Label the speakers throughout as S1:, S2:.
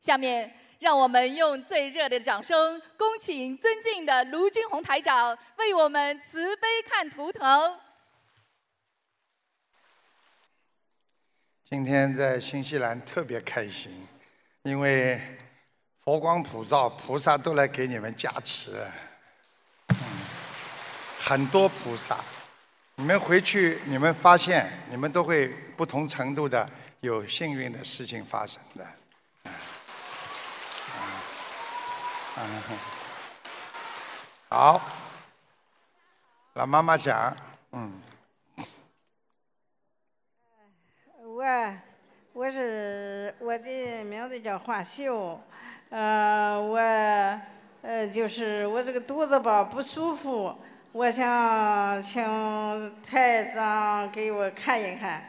S1: 下面，让我们用最热烈的掌声，恭请尊敬的卢军红台长为我们慈悲看图腾。
S2: 今天在新西兰特别开心，因为佛光普照，菩萨都来给你们加持，嗯很多菩萨。你们回去，你们发现，你们都会不同程度的有幸运的事情发生的。嗯嗯好，老妈妈讲，嗯，
S3: 我我是我的名字叫华秀，呃，我呃就是我这个肚子吧不舒服，我想请台长给我看一看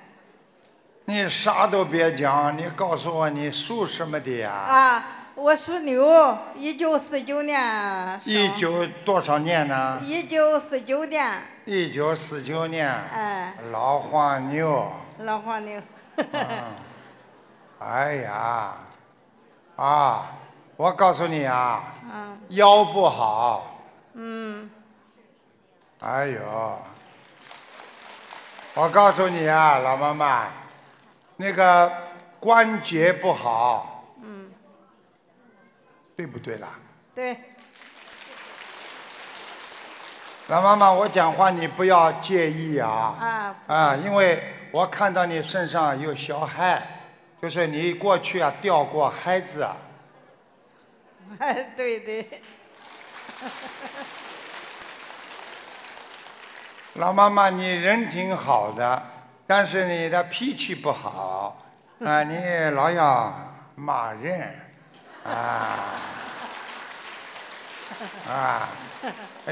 S2: 你啥都别讲，你告诉我你属什么的呀？
S3: 啊，我属牛，一九四九年生，
S2: 一九多少年呢？
S3: 一九四九年，
S2: 一九四九年，
S3: 哎、
S2: 老黄牛，
S3: 老黄牛，
S2: 哎呀，啊，我告诉你啊，
S3: 嗯
S2: 腰不好，
S3: 嗯，
S2: 哎呦，我告诉你啊，老妈妈，那个关节不好，
S3: 嗯，
S2: 对不对啦？
S3: 对，
S2: 老妈妈，我讲话你不要介意啊。
S3: 啊，
S2: 啊，因为我看到你身上有小孩，就是你过去啊掉过孩子啊。
S3: 对对，
S2: 老妈妈，你人挺好的，但是你的脾气不好啊，你老要骂人啊啊！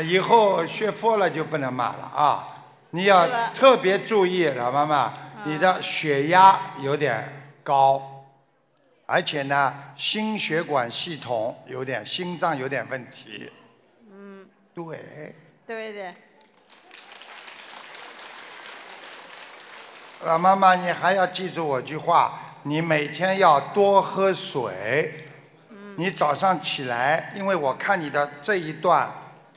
S2: 以后学佛了就不能骂了啊！你要
S3: 是的
S2: 特别注意，老妈妈，你的血压有点高，而且呢，心血管系统有点，心脏有点问题。
S3: 嗯，
S2: 对。
S3: 对的，
S2: 老啊妈妈，你还要记住我句话，你每天要多喝水。你早上起来，因为我看你的这一段，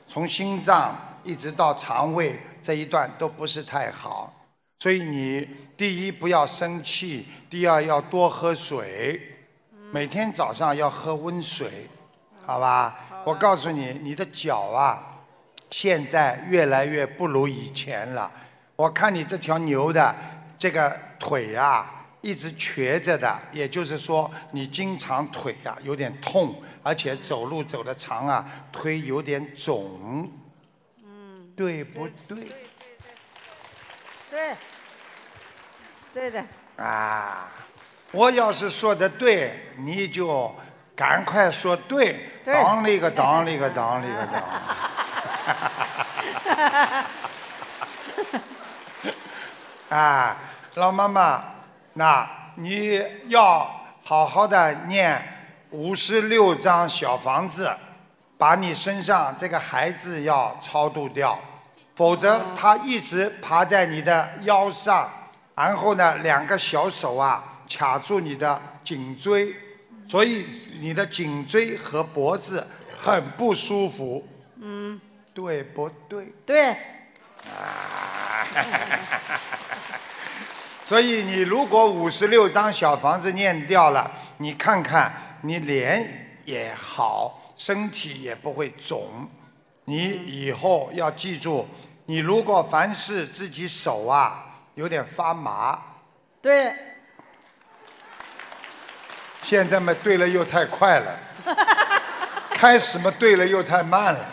S2: 从心脏一直到肠胃这一段都不是太好，所以你第一不要生气，第二要多喝水，每天早上要喝温水，好吧？我告诉你，你的脚啊，现在越来越不如以前了。我看你这条牛的这个腿啊，一直瘸着的，也就是说你经常腿啊有点痛，而且走路走的长啊，腿有点肿，
S3: 嗯，
S2: 对不对？
S3: 对，对的，
S2: 啊，我要是说的对，你就赶快说对，
S3: 对
S2: 当那个当那个当那个当。啊，老妈妈，那你要好好的念五十六张小房子，把你身上这个孩子要超度掉，否则他一直爬在你的腰上，然后呢，两个小手啊卡住你的颈椎，所以你的颈椎和脖子很不舒服，
S3: 嗯，
S2: 对不对？
S3: 对，
S2: 啊所以你如果五十六张小房子念掉了，你看看你脸也好，身体也不会肿。你以后要记住，你如果凡是自己手啊有点发麻，
S3: 对，
S2: 现在嘛对了又太快了，开始嘛对了又太慢了。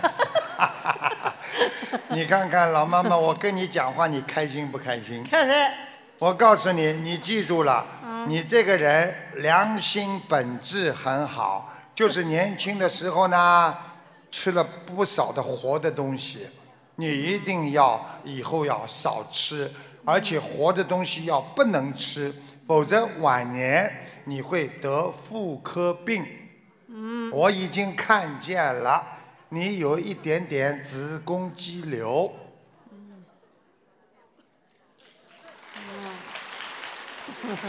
S2: 你看看老妈妈，我跟你讲话，你开心不开心？嗯
S3: 看谁？
S2: 我告诉你，你记住了，你这个人良心本质很好，就是年轻的时候呢，吃了不少的活的东西，你一定要以后要少吃，而且活的东西要不能吃，否则晚年你会得妇科病。嗯，我已经看见了，你有一点点子宫肌瘤。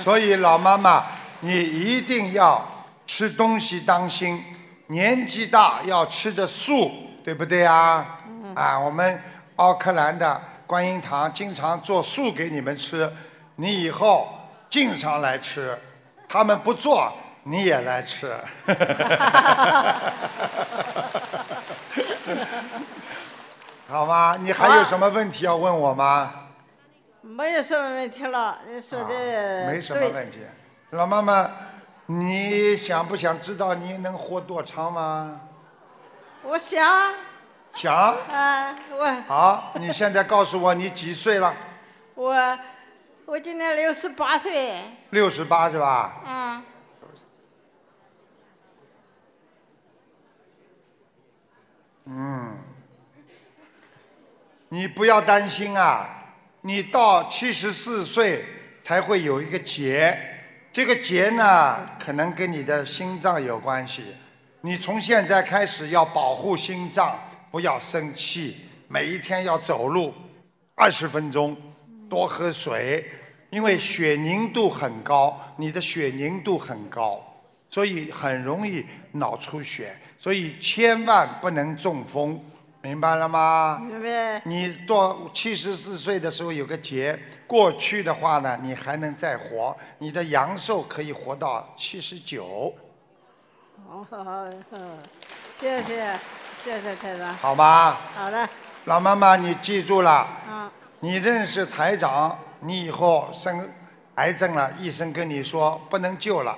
S2: 所以老妈妈，你一定要吃东西当心，年纪大要吃的素，对不对啊？啊，我们奥克兰的观音堂经常做素给你们吃，你以后经常来吃，他们不做你也来吃。好吗？你还有什么问题要问我吗？
S3: 没有什么问题了，你说的对。
S2: 啊没什么问题。老妈妈，你想不想知道你能活多长吗？
S3: 我想，
S2: 想。
S3: 啊，我
S2: 好，你现在告诉我你几岁了？
S3: 我我今年六十八岁，
S2: 六十八是吧？
S3: 嗯，
S2: 嗯你不要担心啊，你到七十四岁才会有一个结，这个结呢，可能跟你的心脏有关系。你从现在开始要保护心脏，不要生气，每一天要走路二十分钟，多喝水，因为血凝度很高，你的血凝度很高，所以很容易脑出血，所以千万不能中风，明白了吗？
S3: 明白。
S2: 你到七十四岁的时候有个劫，过去的话呢，你还能再活，你的阳寿可以活到七十九，
S3: 哦，谢谢，谢谢台长。
S2: 好吗？
S3: 好的，
S2: 老妈妈，你记住了，
S3: 嗯，
S2: 你认识台长，你以后生癌症了，医生跟你说不能救了，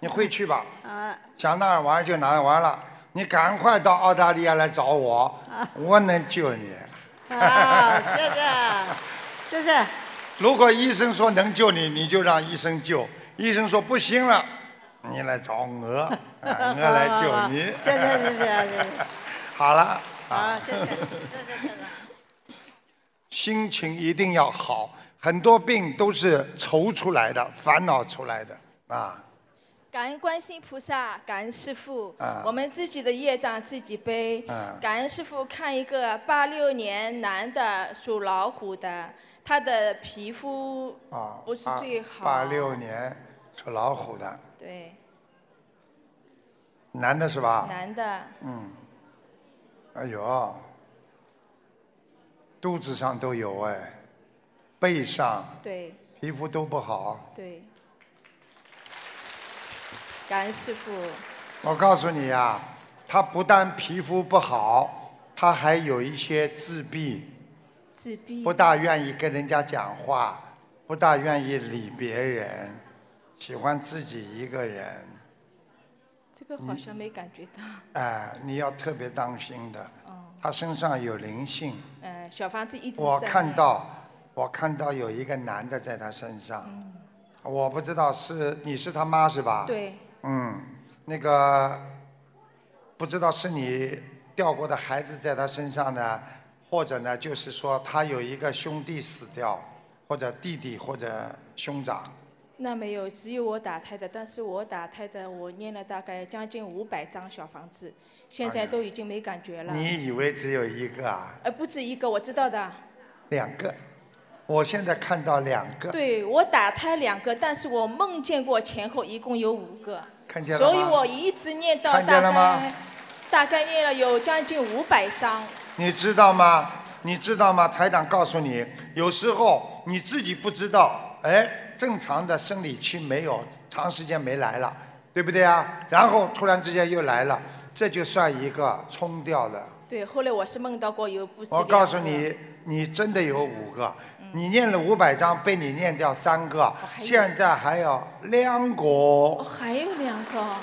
S2: 你回去吧，
S3: 啊，
S2: 想哪儿玩就哪儿玩了，你赶快到澳大利亚来找我，我能救你。
S3: 啊，谢谢，谢谢，
S2: 如果医生说能救你，你就让医生救；医生说不行了，你来找我，
S3: 。
S2: 啊我来救你
S3: 谢谢，谢谢，谢谢，
S2: 好了，啊
S3: 好，谢谢，谢谢台长。
S2: 心情一定要好。很多病都是愁出来的，烦恼出来的啊。
S4: 感恩观世音菩萨，感恩师父，
S2: 啊
S4: 我们自己的业障自己背。
S2: 啊
S4: 感恩师父，看一个八六年男的属老虎的，他的皮肤
S2: 啊，
S4: 不是最好。
S2: 八六年属老虎的，
S4: 对，
S2: 男的是吧？嗯
S4: 男的，
S2: 哎呦，肚子上都有哎，背上、
S4: 对
S2: 皮肤都不好。
S4: 对。感恩师父，
S2: 我告诉你呀、啊，他不但皮肤不好，他还有一些自闭，
S4: 自闭
S2: 不。大愿意跟人家讲话，不大愿意理别人，喜欢自己一个人。
S4: 这个好像没感觉到。
S2: 哎、你要特别当心的，他身上有灵性。
S4: 嗯，小房子一直
S2: 我
S4: 在
S2: 看到，我看到有一个男的在他身上，我不知道是你是他妈是吧？。
S4: 对
S2: 嗯，那个不知道是你掉过的孩子在他身上呢，或者呢，就是说他有一个兄弟死掉，或者弟弟或者兄长，
S4: 那没有，只有我打胎的，但是我打胎的，我念了大概将近五百张小房子，现在都已经没感觉了。
S2: 你以为只有一个啊？
S4: 呃，不止一个，我知道的。
S2: 两个，我现在看到两个，
S4: 对我打胎两个，但是我梦见过前后一共有五个，
S2: 看见了吗
S4: 所以我一直念到
S2: 看
S4: 大
S2: 见了吗
S4: 概，大概念了有将近五百张。
S2: 你知道吗？你知道吗？台长告诉你，有时候你自己不知道，哎，正常的生理期没有，长时间没来了，对不对啊？然后突然之间又来了，这就算一个冲掉的。
S4: 对，后来我是梦到过有不止
S2: 我
S4: 两
S2: 告诉
S4: 个
S2: 你，你真的有五个，你念了五百张，被你念掉三个，
S4: 嗯哦还有
S2: 现在还有两
S4: 哦，
S2: 个。
S4: 还有两个哦，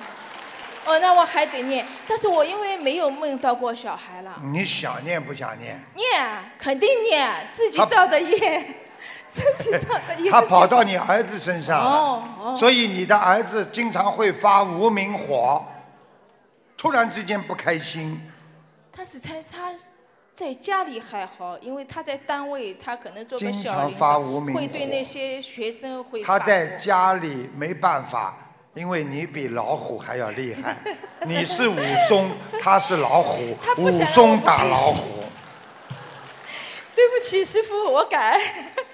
S4: 哦，那我还得念，但是我因为没有梦到过小孩了，
S2: 你想念不想 念？
S4: 念肯定念，自己
S2: 他
S4: 造的业，自己造的业。
S2: 他跑到你儿子身上了。
S4: 哦哦，
S2: 所以你的儿子经常会发无名火，突然之间不开心，
S4: 但是他他在家里还好，因为他在单位，他可能做个
S2: 经
S4: 小
S2: 常
S4: 领
S2: 发
S4: 导，
S2: 无名
S4: 会对
S2: 火
S4: 那些学生会
S2: 他
S4: 发
S2: 在
S4: 火
S2: 家里没办法，因为你比老虎还要厉 害，你是武松，他是老虎
S4: 他，不
S2: 武
S4: 想让我
S2: 松
S4: 不
S2: 打
S4: 开
S2: 老
S4: 心
S2: 虎。
S4: 对不起，师傅，我改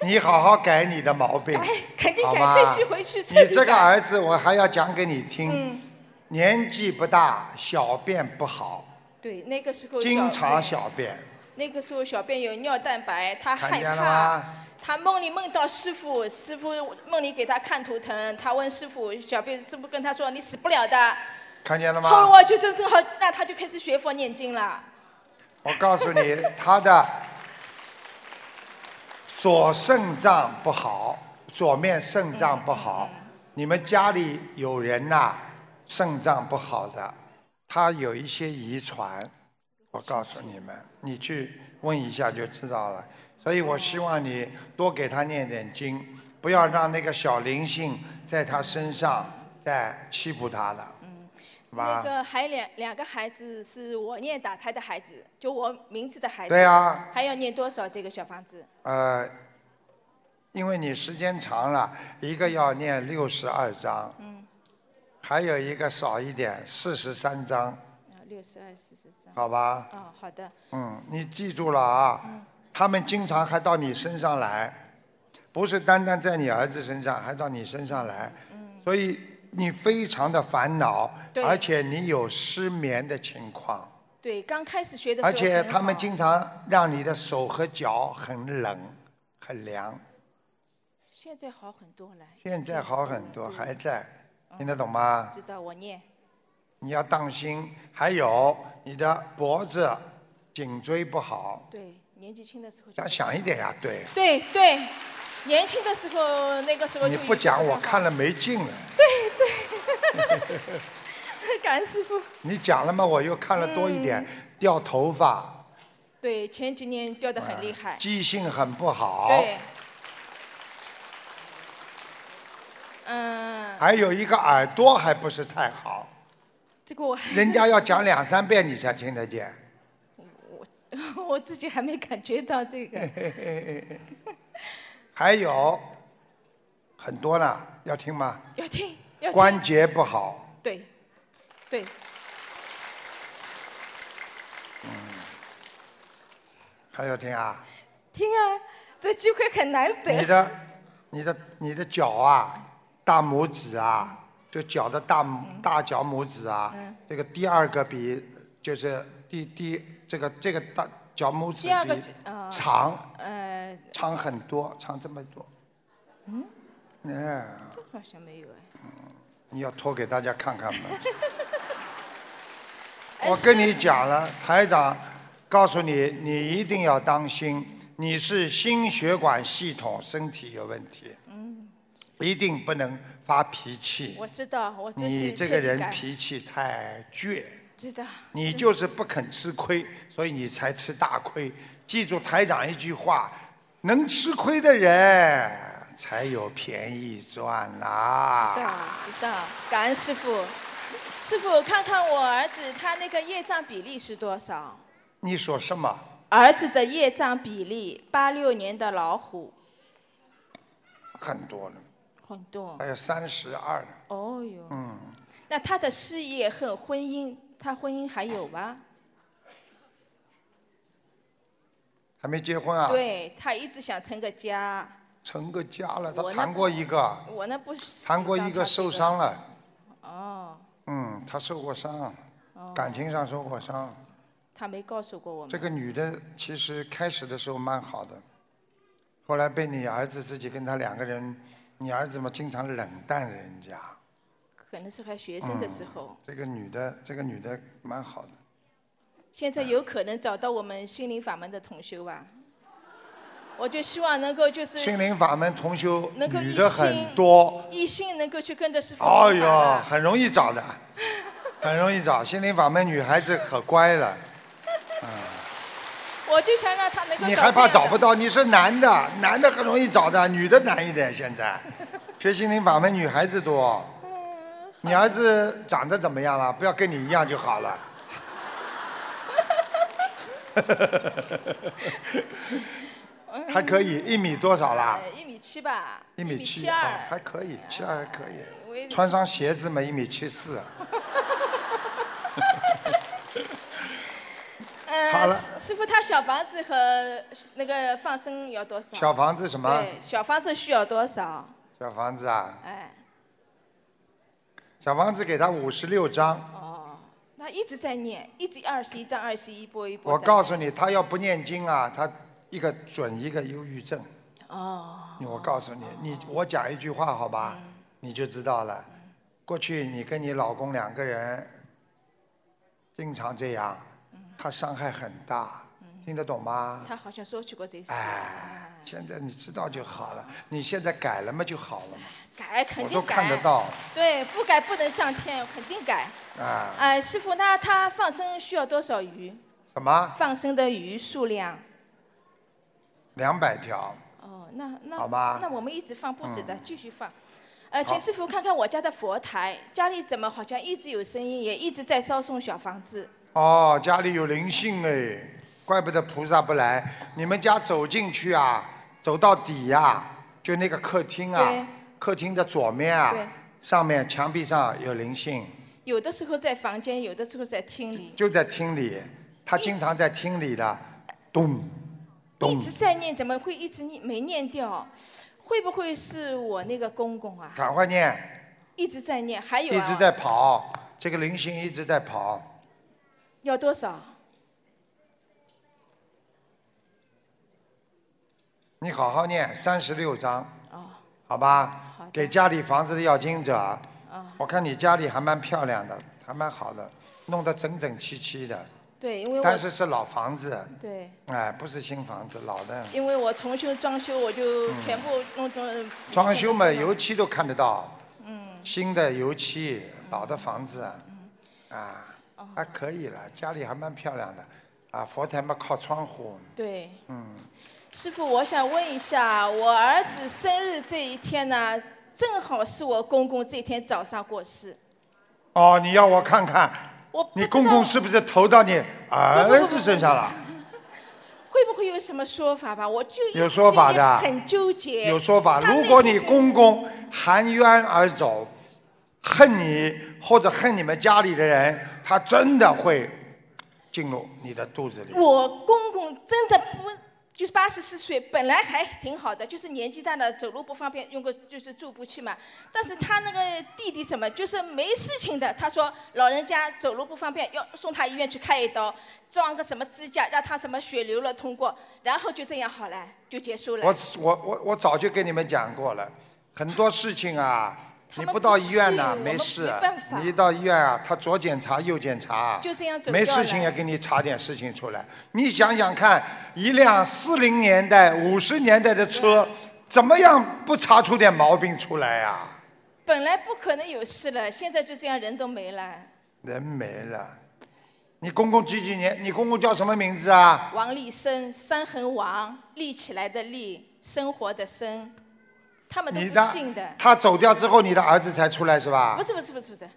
S2: 你好好改你的毛病
S4: 哎改，肯定
S2: 好
S4: 改嗯
S2: 吧？
S4: 这次回去彻
S2: 你
S4: 底
S2: 这个
S4: 改
S2: 儿子，我还要讲给你听。年纪不大，小便不好，
S4: 对，那个时候
S2: 经
S4: 小
S2: 常小便，
S4: 那个时候小便有尿蛋白，他
S2: 看
S4: 啊害
S2: 见了
S4: 怕
S2: 吗。
S4: 他梦里梦到师傅，师傅梦里给他看图腾，他问师傅，小便师傅跟他说你死不了的。
S2: 看见了吗？啊
S4: 后我就正正好，那他就开始学佛念经了。
S2: 我告诉你，他的左肾脏不好，左面肾脏不好。你们家里有人呐、肾脏不好的，他有一些遗传。我告诉你们，你去问一下就知道了。所以我希望你多给他念点经，不要让那个小灵性在他身上再欺负他了，是吧
S4: 嗯那？个还两两个孩子是我念打胎的孩子，就我名字的孩子。
S2: 对啊
S4: 还要念多少这个小房子？
S2: 呃，因为你时间长了，一个要念六十二章，
S4: 嗯，
S2: 还有一个少一点，四十三章，
S4: 啊六十二、四十三。
S2: 好吧？
S4: 哦，好的，
S2: 嗯，你记住了啊，他们经常还到你身上来，不是单单在你儿子身上，还到你身上来，所以你非常的烦恼，
S4: 嗯对
S2: 而且你有失眠的情况，
S4: 对，刚开始学的时候
S2: 而
S4: 很好。
S2: 且他们经常让你的手和脚很冷、很凉。
S4: 现在好很多了。
S2: 现在好很多，
S4: 嗯
S2: 还在，听得懂吗？
S4: 知道我念。
S2: 你要当心，还有你的脖子、颈椎不好，
S4: 对，年纪轻的时候就
S2: 要。想一点呀、对，
S4: 对对，年轻的时候那个时候
S2: 你
S4: 就
S2: 不讲我看
S4: 了。
S2: 了没劲了，
S4: 感恩师傅。
S2: 你讲了嘛，我又看了多一点，
S4: 嗯
S2: 掉头发，
S4: 对，前几年掉的很厉害。
S2: 记性很不好，
S4: 哎对。嗯，
S2: 还有一个耳朵还不是太好，
S4: 这个我
S2: 人家要讲两三遍你才听得见。
S4: 我自己还没感觉到这个。
S2: 哎 还有很多呢，要听吗？
S4: 要听，要听。
S2: 关节不好，
S4: 对，对，
S2: 还要听啊？
S4: 听啊，这机会很难
S2: 你
S4: 得。
S2: 的、你的、你的脚啊，大拇指啊，就脚的大拇大脚拇指啊，
S4: 嗯
S2: 这个第二个比就是第第这个这个大脚拇指
S4: 第二个
S2: 比
S4: 指啊
S2: 长
S4: 呃，
S2: 长很多，长这么多。嗯，哎，
S4: 这好像没有哎。
S2: 嗯你要脱给大家看看吗？
S4: 哎
S2: 我跟
S4: 是
S2: 你讲了，台长告诉你，你一定要当心，你是心血管系统身体有问题，一定不能发脾气。
S4: 嗯我知道，我这
S2: 你
S4: 次
S2: 这
S4: 彻
S2: 个
S4: 底
S2: 人
S4: 改嗯
S2: 脾气太倔，
S4: 知道。
S2: 你就是不肯吃亏，所以你才吃大亏。记住台长一句话：能吃亏的人才有便宜赚呐、啊
S4: 知道，知道，感恩师傅。师傅，看看我儿子他那个业障比例是多少？
S2: 你说什么？
S4: 儿子的业障比例，八六年的老虎，
S2: 很多了，
S4: 很多
S2: 还。有三十二了。
S4: 哦哟。嗯。那他的事业和婚姻，他婚姻还有吗？
S2: 还没结婚啊？
S4: 对他一直想成个家。
S2: 成个家了，他
S4: 我呢
S2: 谈过一个，
S4: 我呢不是
S2: 谈过一个受。伤了，
S4: 哦，
S2: 嗯，他受过伤，感情上受过伤。
S4: 他没告诉过我们。
S2: 这个女的其实开始的时候蛮好的，后来被你儿子自己跟他两个人，你儿子嘛经常冷淡人家。嗯
S4: 可能是还学生的时候，
S2: 这个女的，这个女的蛮好的，嗯
S4: 现在有可能找到我们心灵法门的同修 吧。我就希望能够就是
S2: 心灵法门同修
S4: 能够
S2: 女
S4: 一
S2: 的
S4: 心
S2: 很多，
S4: 一心能够去跟着师傅
S2: 哎
S4: 弘
S2: 呦，
S4: 法了
S2: 很容易找的，很容易找。心灵法门女孩子可乖了，
S4: 我就想让他能够
S2: 你还怕
S4: 这样
S2: 找
S4: 的
S2: 不到？你是男的，男的很容易找的，女的难一点。现在学心灵法门女孩子多。你儿子长得怎么样了？不要跟你一样就好了。 还可以，一米多少啦？
S4: 呃一米七吧，
S2: 一米七
S4: 七
S2: 啊，还
S4: 二，
S2: 可以，七二还可以。
S4: 我也
S2: 穿上鞋子嘛，一米七四。
S4: 呃
S2: 好了
S4: 师师傅他小房子和那个放生要多少？
S2: 小房子什么？
S4: 对，小房子需要多少？
S2: 小房子啊，
S4: 哎，
S2: 小房子给他五十六章。
S4: 哦，那一直在念，一直二十一章，二十一波一波。
S2: 我告诉。你，他要不念经啊，他一个准一个忧郁症。
S4: 哦，
S2: 我告诉你，你我讲一句话好吧，你就知道了。过去你跟你老公两个人经常这样，他伤害很大，听得懂吗？
S4: 嗯他好像说起过这事。
S2: 哎，现在你知道就好了。你现在改了嘛就好了嘛，
S4: 改肯
S2: 我
S4: 定
S2: 都
S4: 改。
S2: 看得到
S4: 对，不改不能上天，肯定改。
S2: 啊。
S4: 哎，师傅，那他放生需要多少鱼？
S2: 什么
S4: 放生的鱼数量？
S2: 两百条？
S4: 哦，那那
S2: 好吧嗯
S4: 那我们一直放不止的，继续放。呃，请师傅看看我家的佛台，家里怎么好像一直有声音，也一直在烧送小房子。
S2: 哦，家里有灵性哎，怪不得菩萨不来。你们家走进去啊，走到底呀、就那个客厅
S4: 对
S2: 啊，客厅的左面啊
S4: 对，
S2: 上面墙壁上有灵性，
S4: 有的时候在房间，有的时候在厅里，
S2: 就在厅里，他经常在厅里的，咚，
S4: 一
S2: 咚
S4: 直，在念，怎么会一直念没念掉？会不会是我那个公公啊？
S2: 赶快念，
S4: 一直在念，还有
S2: 一
S4: 啊，
S2: 直在跑，这个灵性一直在跑，
S4: 要多少？
S2: 你好好念三十六章，
S4: 哦，
S2: 好吧？
S4: 好的
S2: 给家里房子的要经者，
S4: 啊
S2: 我看你家里还蛮漂亮的，还蛮好的，弄得整整齐齐的。
S4: 对，因为
S2: 但
S4: 我
S2: 是是老房子，
S4: 对，
S2: 哎，不是新房子，老的。
S4: 因为我重新装修，我就全部弄成
S2: 嗯装修嘛，油漆都看得到，
S4: 嗯
S2: 新的油漆，老的房子，
S4: 嗯
S2: 啊，
S4: 哦
S2: 还可以了，家里还蛮漂亮的，啊，佛台嘛靠窗户，
S4: 对，嗯，师傅，我想问一下，我儿子生日这一天呢，正好是我公公这天早上过世，
S2: 哦，你要我看看，
S4: 我不
S2: 你
S4: 知
S2: 公
S4: 道
S2: 公是不是投到你儿子身上了？
S4: 会不会有什么说法吧？我就
S2: 有说法的
S4: 心里很纠结。
S2: 有说法，
S4: 他那
S2: 如果
S4: 天
S2: 你
S4: 是
S2: 公公含冤而走，恨你或者恨你们家里的人，他真的会进入你的肚子里。
S4: 我公公真的不，就是八十四岁，本来还挺好的，就是年纪大了，走路不方便，用个就是助步器嘛。但是他那个弟弟什么，就是没事情的，他说老人家走路不方便，要送他医院去开一刀，装个什么支架，让他什么血流了通过，然后就这样好了，就结束了
S2: 我。我我我早就跟你们讲过了，很多事情啊，
S4: 他
S2: 你
S4: 们
S2: 不到医院呐、
S4: 不信我
S2: 没
S4: 们
S2: 事
S4: 没办法，
S2: 你一到医院啊，他左检查右检查，啊
S4: 就这样走
S2: 没
S4: 掉
S2: 事情
S4: 了
S2: 也给你查点事情出来。你想想看，一辆四零年代、五十年代的车，怎么样不查出点毛病出来啊呀、
S4: 本来不可能有事了，现在就这样人都没了。
S2: 人没了。你公公几几年？你公公叫什么名字啊？
S4: 王立生，三横王，立起来的立，生活的生，他们都
S2: 你
S4: 不信的。
S2: 他走掉之后，你的儿子才出来是吧
S4: 不？是不是不是不是，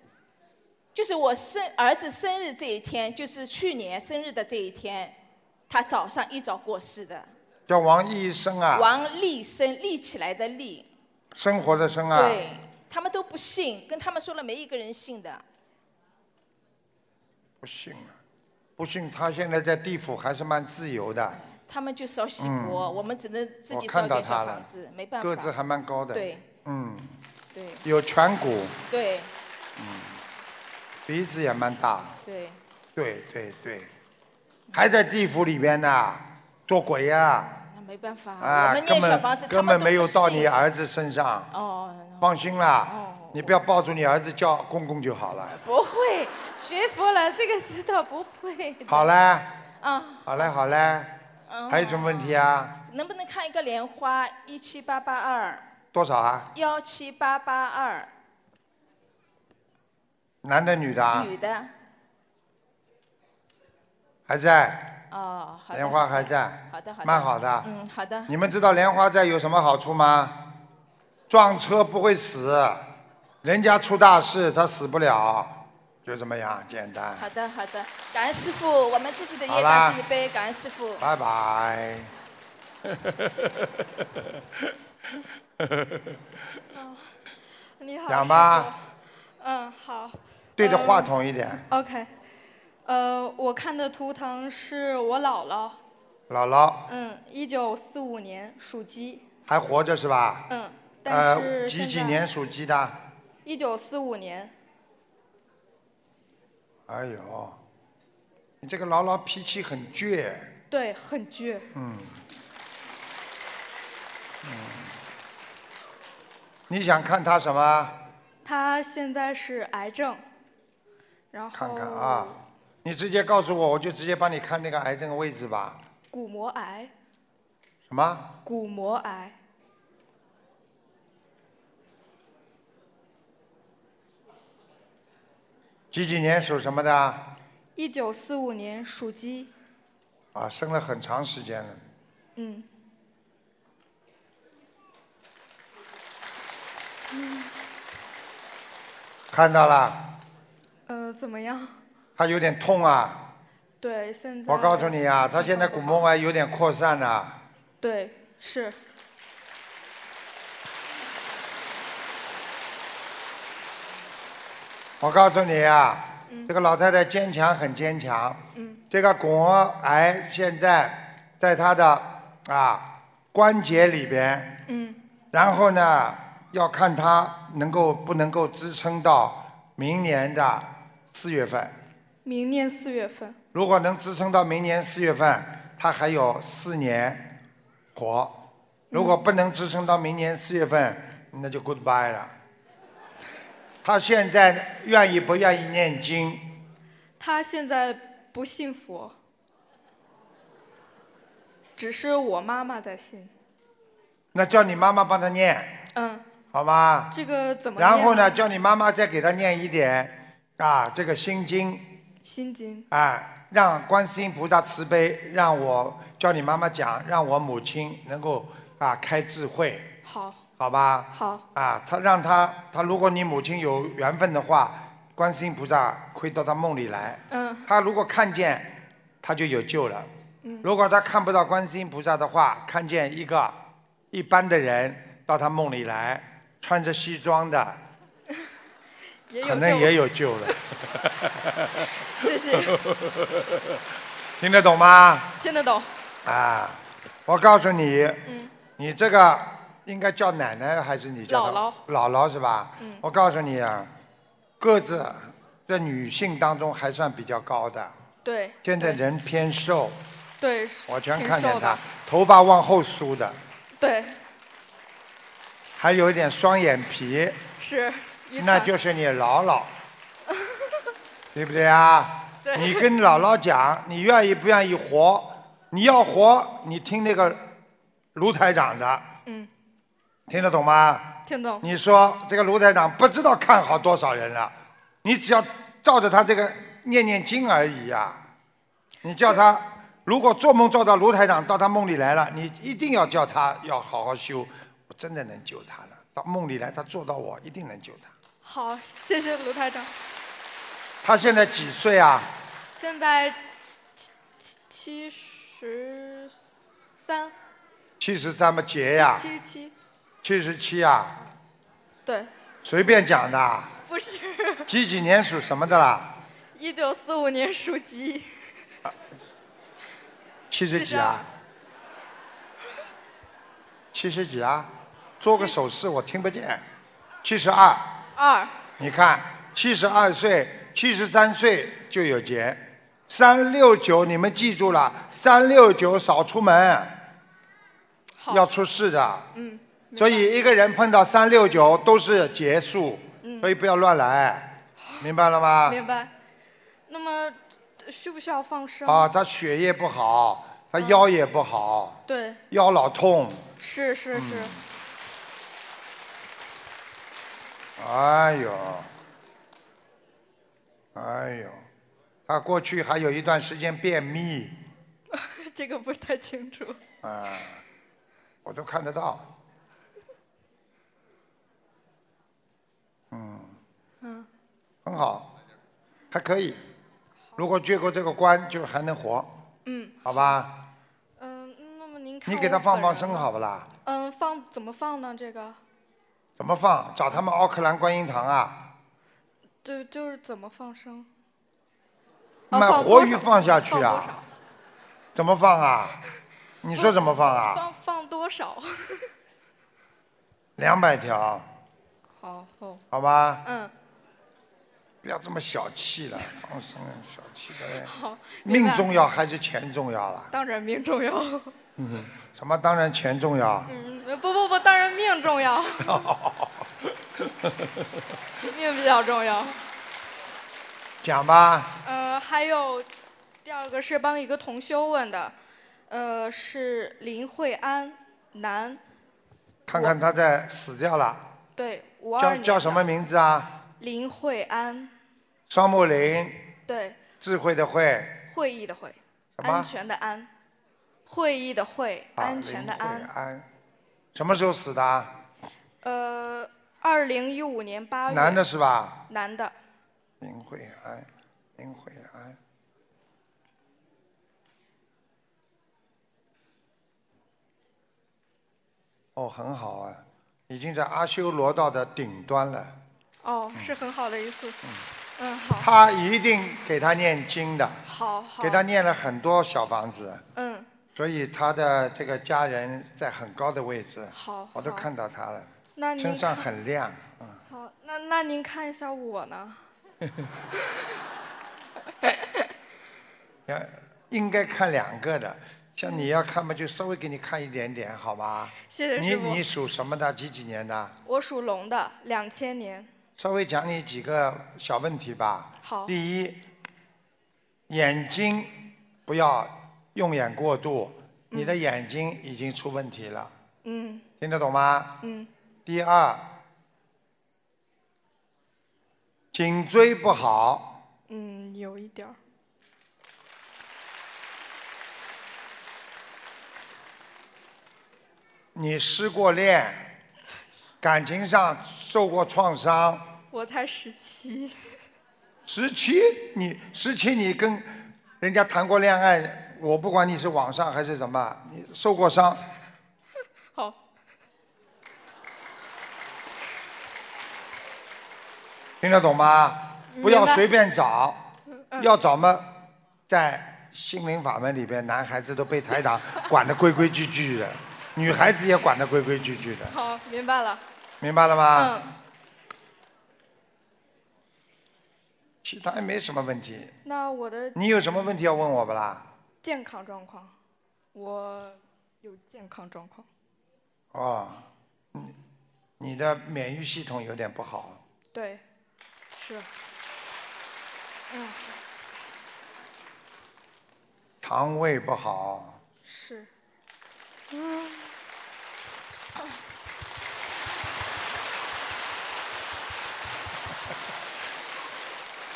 S4: 就是我生儿子生日这一天，就是去年生日的这一天，他早上一早过世的。
S2: 叫王医生啊，
S4: 王立生，立起来的立，
S2: 生活的生啊。
S4: 对他们都不信，跟他们说了没一个人信的。
S2: 不信了，不信他现在在地府还是蛮自由的，
S4: 他们就烧锡箔，我们只能自
S2: 嗯
S4: 己
S2: 我看
S4: 烧
S2: 到
S4: 点
S2: 他
S4: 小
S2: 了
S4: 房子，没办法。
S2: 个子还蛮高的，
S4: 对
S2: 嗯，
S4: 对
S2: 有颧骨，
S4: 对
S2: 鼻子也蛮大，
S4: 对，
S2: 对对对，还在地府里边呢，做鬼呀、
S4: 那没办法。
S2: 啊，
S4: 我们
S2: 根
S4: 念小房子，
S2: 本
S4: 他
S2: 根
S4: 们
S2: 本
S4: 都
S2: 没
S4: 不
S2: 有到你
S4: 信
S2: 儿子身上，
S4: 哦，
S2: 放心啦，
S4: 哦
S2: 你不要抱住你儿子叫公公就好了，
S4: 不会，学佛了这个知道不会。
S2: 好嘞，
S4: 啊，
S2: 好嘞，好嘞，
S4: 嗯，
S2: 还有什么问题啊？
S4: 能不能看一个莲花一七八八二
S2: 多少啊？
S4: 幺七八八二
S2: 男的女的啊？
S4: 女的？
S2: 还在，
S4: 哦，好的。
S2: 莲花还在，
S4: 好的好的。
S2: 蛮。好的。
S4: 嗯，好的。
S2: 你们知道莲花寨有什么好处吗？撞车不会死，人家出大事他死不了，就这么样简单。
S4: 好的好的，感恩师傅，我们自己的
S2: 好
S4: 业
S2: 啦
S4: 障自己背，感恩师傅。
S2: 拜 拜。
S5: 你好，
S2: 讲
S5: 师
S2: 吧
S5: 傅。嗯，好。
S2: 对着
S5: 嗯
S2: 话筒一点，
S5: OK，呃，我看的图腾是我姥姥，
S2: 姥姥
S5: 嗯，一九四五年属鸡，
S2: 还活着是吧？
S5: 嗯，但
S2: 呃，
S5: 是
S2: 几几年属鸡的？
S5: 一九四五年，
S2: 哎呦，你这个姥姥脾气很倔，
S5: 对，很倔。
S2: 嗯，嗯，你想看她什么？
S5: 他现在是癌症，然后
S2: 看看啊，你直接告诉我，我就直接帮你看那个癌症的位置吧。
S5: 骨膜癌，
S2: 什么？
S5: 骨膜癌，
S2: 几几年属什么的？
S5: 一九四五年属鸡。
S2: 啊，生了很长时间了。
S5: 嗯，
S2: 看到了，
S5: 呃，怎么样？
S2: 她有点痛啊。
S5: 对，现在
S2: 我告诉你啊，她现在骨膜癌有点扩散啊了、
S5: 对是
S2: 我告诉你啊，这个老太太坚强，很坚强。
S5: 嗯。
S2: 这个骨膜癌现在在她的啊关节里边，
S5: 嗯，
S2: 然后呢，要看她能够不能够支撑到明年的四月份。
S5: 明年四月份。
S2: 如果能支撑到明年四月份，她还有四年活；如果不能支撑到明年四月份，那就 goodbye 了。她现在愿意不愿意念经？
S5: 他现在不信佛，只是我妈妈在信。
S2: 那叫你妈妈帮她念，
S5: 嗯，
S2: 好吗？
S5: 这个怎么念？啊
S2: 然后呢，叫你妈妈再给她念一点啊，这个心经
S5: 心经。
S2: 啊，让观世音菩萨慈悲，让我叫你妈妈讲，让我母亲能够啊开智慧，
S5: 好，
S2: 好吧？
S5: 好，
S2: 啊，她让她她，如果你母亲有缘分的话，观世音菩萨会到她梦里来。
S5: 嗯
S2: 她如果看见，她就有救了。
S5: 嗯
S2: 如果她看不到观世音菩萨的话，看见一个一般的人到她梦里来，穿着西装的，
S5: 也有
S2: 可
S5: 这
S2: 能
S5: 种
S2: 也有救了。
S5: 谢谢，
S2: 听得懂吗？
S5: 听得懂。
S2: 啊，我告诉你，
S5: 嗯
S2: 你这个应该叫奶奶还是你叫她
S5: 姥
S2: 姥姥是吧？
S5: 嗯
S2: 我告诉你啊，个子在女性当中还算比较高的，
S5: 对
S2: 现在人偏瘦，
S5: 对，
S2: 我全
S5: 挺
S2: 看见
S5: 瘦
S2: 她
S5: 的。
S2: 头发往后梳的，
S5: 对，
S2: 还有一点双眼皮，
S5: 是。遗
S2: 那
S5: 传
S2: 就是你姥 姥，对不对啊？
S5: 对
S2: 你跟姥姥讲，你愿意不愿意活？你要活，你听那个卢台长的，
S5: 嗯，
S2: 听得懂吗？
S5: 听懂。
S2: 你说这个卢台长不知道看好多少人了，你只要照着他这个念念经而已呀、你叫他，如果做梦做到卢台长到他梦里来了，你一定要叫他要好好修，我真的能救他了。到梦里来，他做到我一定能救他。
S5: 好，谢谢卢台长。
S2: 他现在几岁啊？
S5: 现在七七七七十三，
S2: 七十三吗？杰哎呀，
S5: 七十七，
S2: 七十七啊，
S5: 对，
S2: 随便讲的啊。
S5: 不是，
S2: 几几年属什么的啦？
S5: 一九四五年属鸡，
S2: 七十几啊？ 七十几啊？做个手势我听不见。七十 二，
S5: 二，
S2: 你看，七十二岁、七十三岁就有劫。三六九，你们记住了，三六九少出门，
S5: 好，
S2: 要出事的。
S5: 嗯，
S2: 所以一个人碰到三六九都是结束，所以不要乱来，明白了吗？
S5: 嗯明白。那么这需不需要放生？
S2: 啊，他血液不好，他腰也不好，
S5: 对，
S2: 腰老痛，
S5: 是是是，
S2: 哎呦，哎呦，他过去还有一段时间便秘，嗯
S5: 这个不是太清楚。
S2: 啊，我都看得到。嗯，很好，还可以。如果越过这个关，就还能活，
S5: 嗯
S2: 好吧？
S5: 嗯，那么您看
S2: 你给
S5: 我
S2: 他放
S5: 本
S2: 放
S5: 人
S2: 生
S5: 吧。
S2: 好不啦？
S5: 嗯，放怎么放呢？这个
S2: 怎么放？找他们奥克兰观音堂啊，
S5: 就就是怎么放生？啊
S2: 买
S5: 放
S2: 活
S5: 多
S2: 鱼
S5: 少
S2: 放下去
S5: 放多
S2: 啊？
S5: 少？
S2: 怎么放啊？你说怎么放啊？
S5: 放放多少？
S2: 两百条，
S5: 好，哦，
S2: 好吧？
S5: 嗯，
S2: 不要这么小气了，放生小气的嘞。
S5: 好，明
S2: 命
S5: 白
S2: 重要还是钱重要啦？
S5: 当然命重要。
S2: 什么当然钱重要，
S5: 嗯，不不不，当然命重要，命比较重要。
S2: 讲吧，
S5: 呃，还有第二个是帮一个同修问的，呃，是林慧安，男，
S2: 看看他在死掉了，
S5: 对，五二
S2: 叫
S5: 年
S2: 叫
S5: 的
S2: 什么？名字啊？
S5: 林慧安，
S2: 双木林，
S5: 对，
S2: 智慧的慧，
S5: 会议的会，
S2: 什么
S5: 安全的安，会议的会，
S2: 啊
S5: 安全的
S2: 林慧
S5: 安，
S2: 安，什么时候死的啊？
S5: 呃，二零一五年八月，
S2: 男的，是吧？
S5: 男的，
S2: 林慧安，林慧安。哦，很好啊，已经在阿修罗道的顶端了。
S5: 哦，
S2: 嗯
S5: 是很好的一次，嗯，好，
S2: 他一定给他念经的，
S5: 好，好，
S2: 给他，念了很多小房子，
S5: 嗯，
S2: 所以他的这个家人在很高的位置。
S5: 好
S2: 我都
S5: 好
S2: 看到他了，
S5: 那您
S2: 身上
S5: 看
S2: 很亮。嗯
S5: 好，那那您看一下我呢？
S2: 要应该看两个的，像你要看嘛，就稍微给你看一点点，好吧？
S5: 谢谢
S2: 你
S5: 师傅
S2: 你属什么的？几几年的？
S5: 我属龙的，两千年。
S2: 稍微讲你几个小问题吧。
S5: 好
S2: 第一，眼睛不要用眼过度，你的眼睛已经出问题了，
S5: 嗯
S2: 听得懂吗？
S5: 嗯，
S2: 第二，颈椎不好，
S5: 嗯，有一点儿。
S2: 你失过恋，感情上受过创伤。
S5: 我才十七，
S2: 十七，你十七，你跟人家谈过恋爱，我不管你是网上还是什么，你受过伤，
S5: 好，
S2: 听得懂吗？不要
S5: 明白嗯
S2: 随便找，要找嘛，在心灵法门里边，男孩子都被台长管得规规矩矩的，女孩子也管得规规矩矩的，
S5: 好，明白了。
S2: 明白了吗？
S5: 嗯，
S2: 其他也没什么问题。
S5: 那我的
S2: 你有什么问题要问我不啦？
S5: 健康状况，我有健康状况，
S2: 哦，你你的免疫系统有点不好。
S5: 对，是，嗯，
S2: 肠胃不好，
S5: 是，嗯啊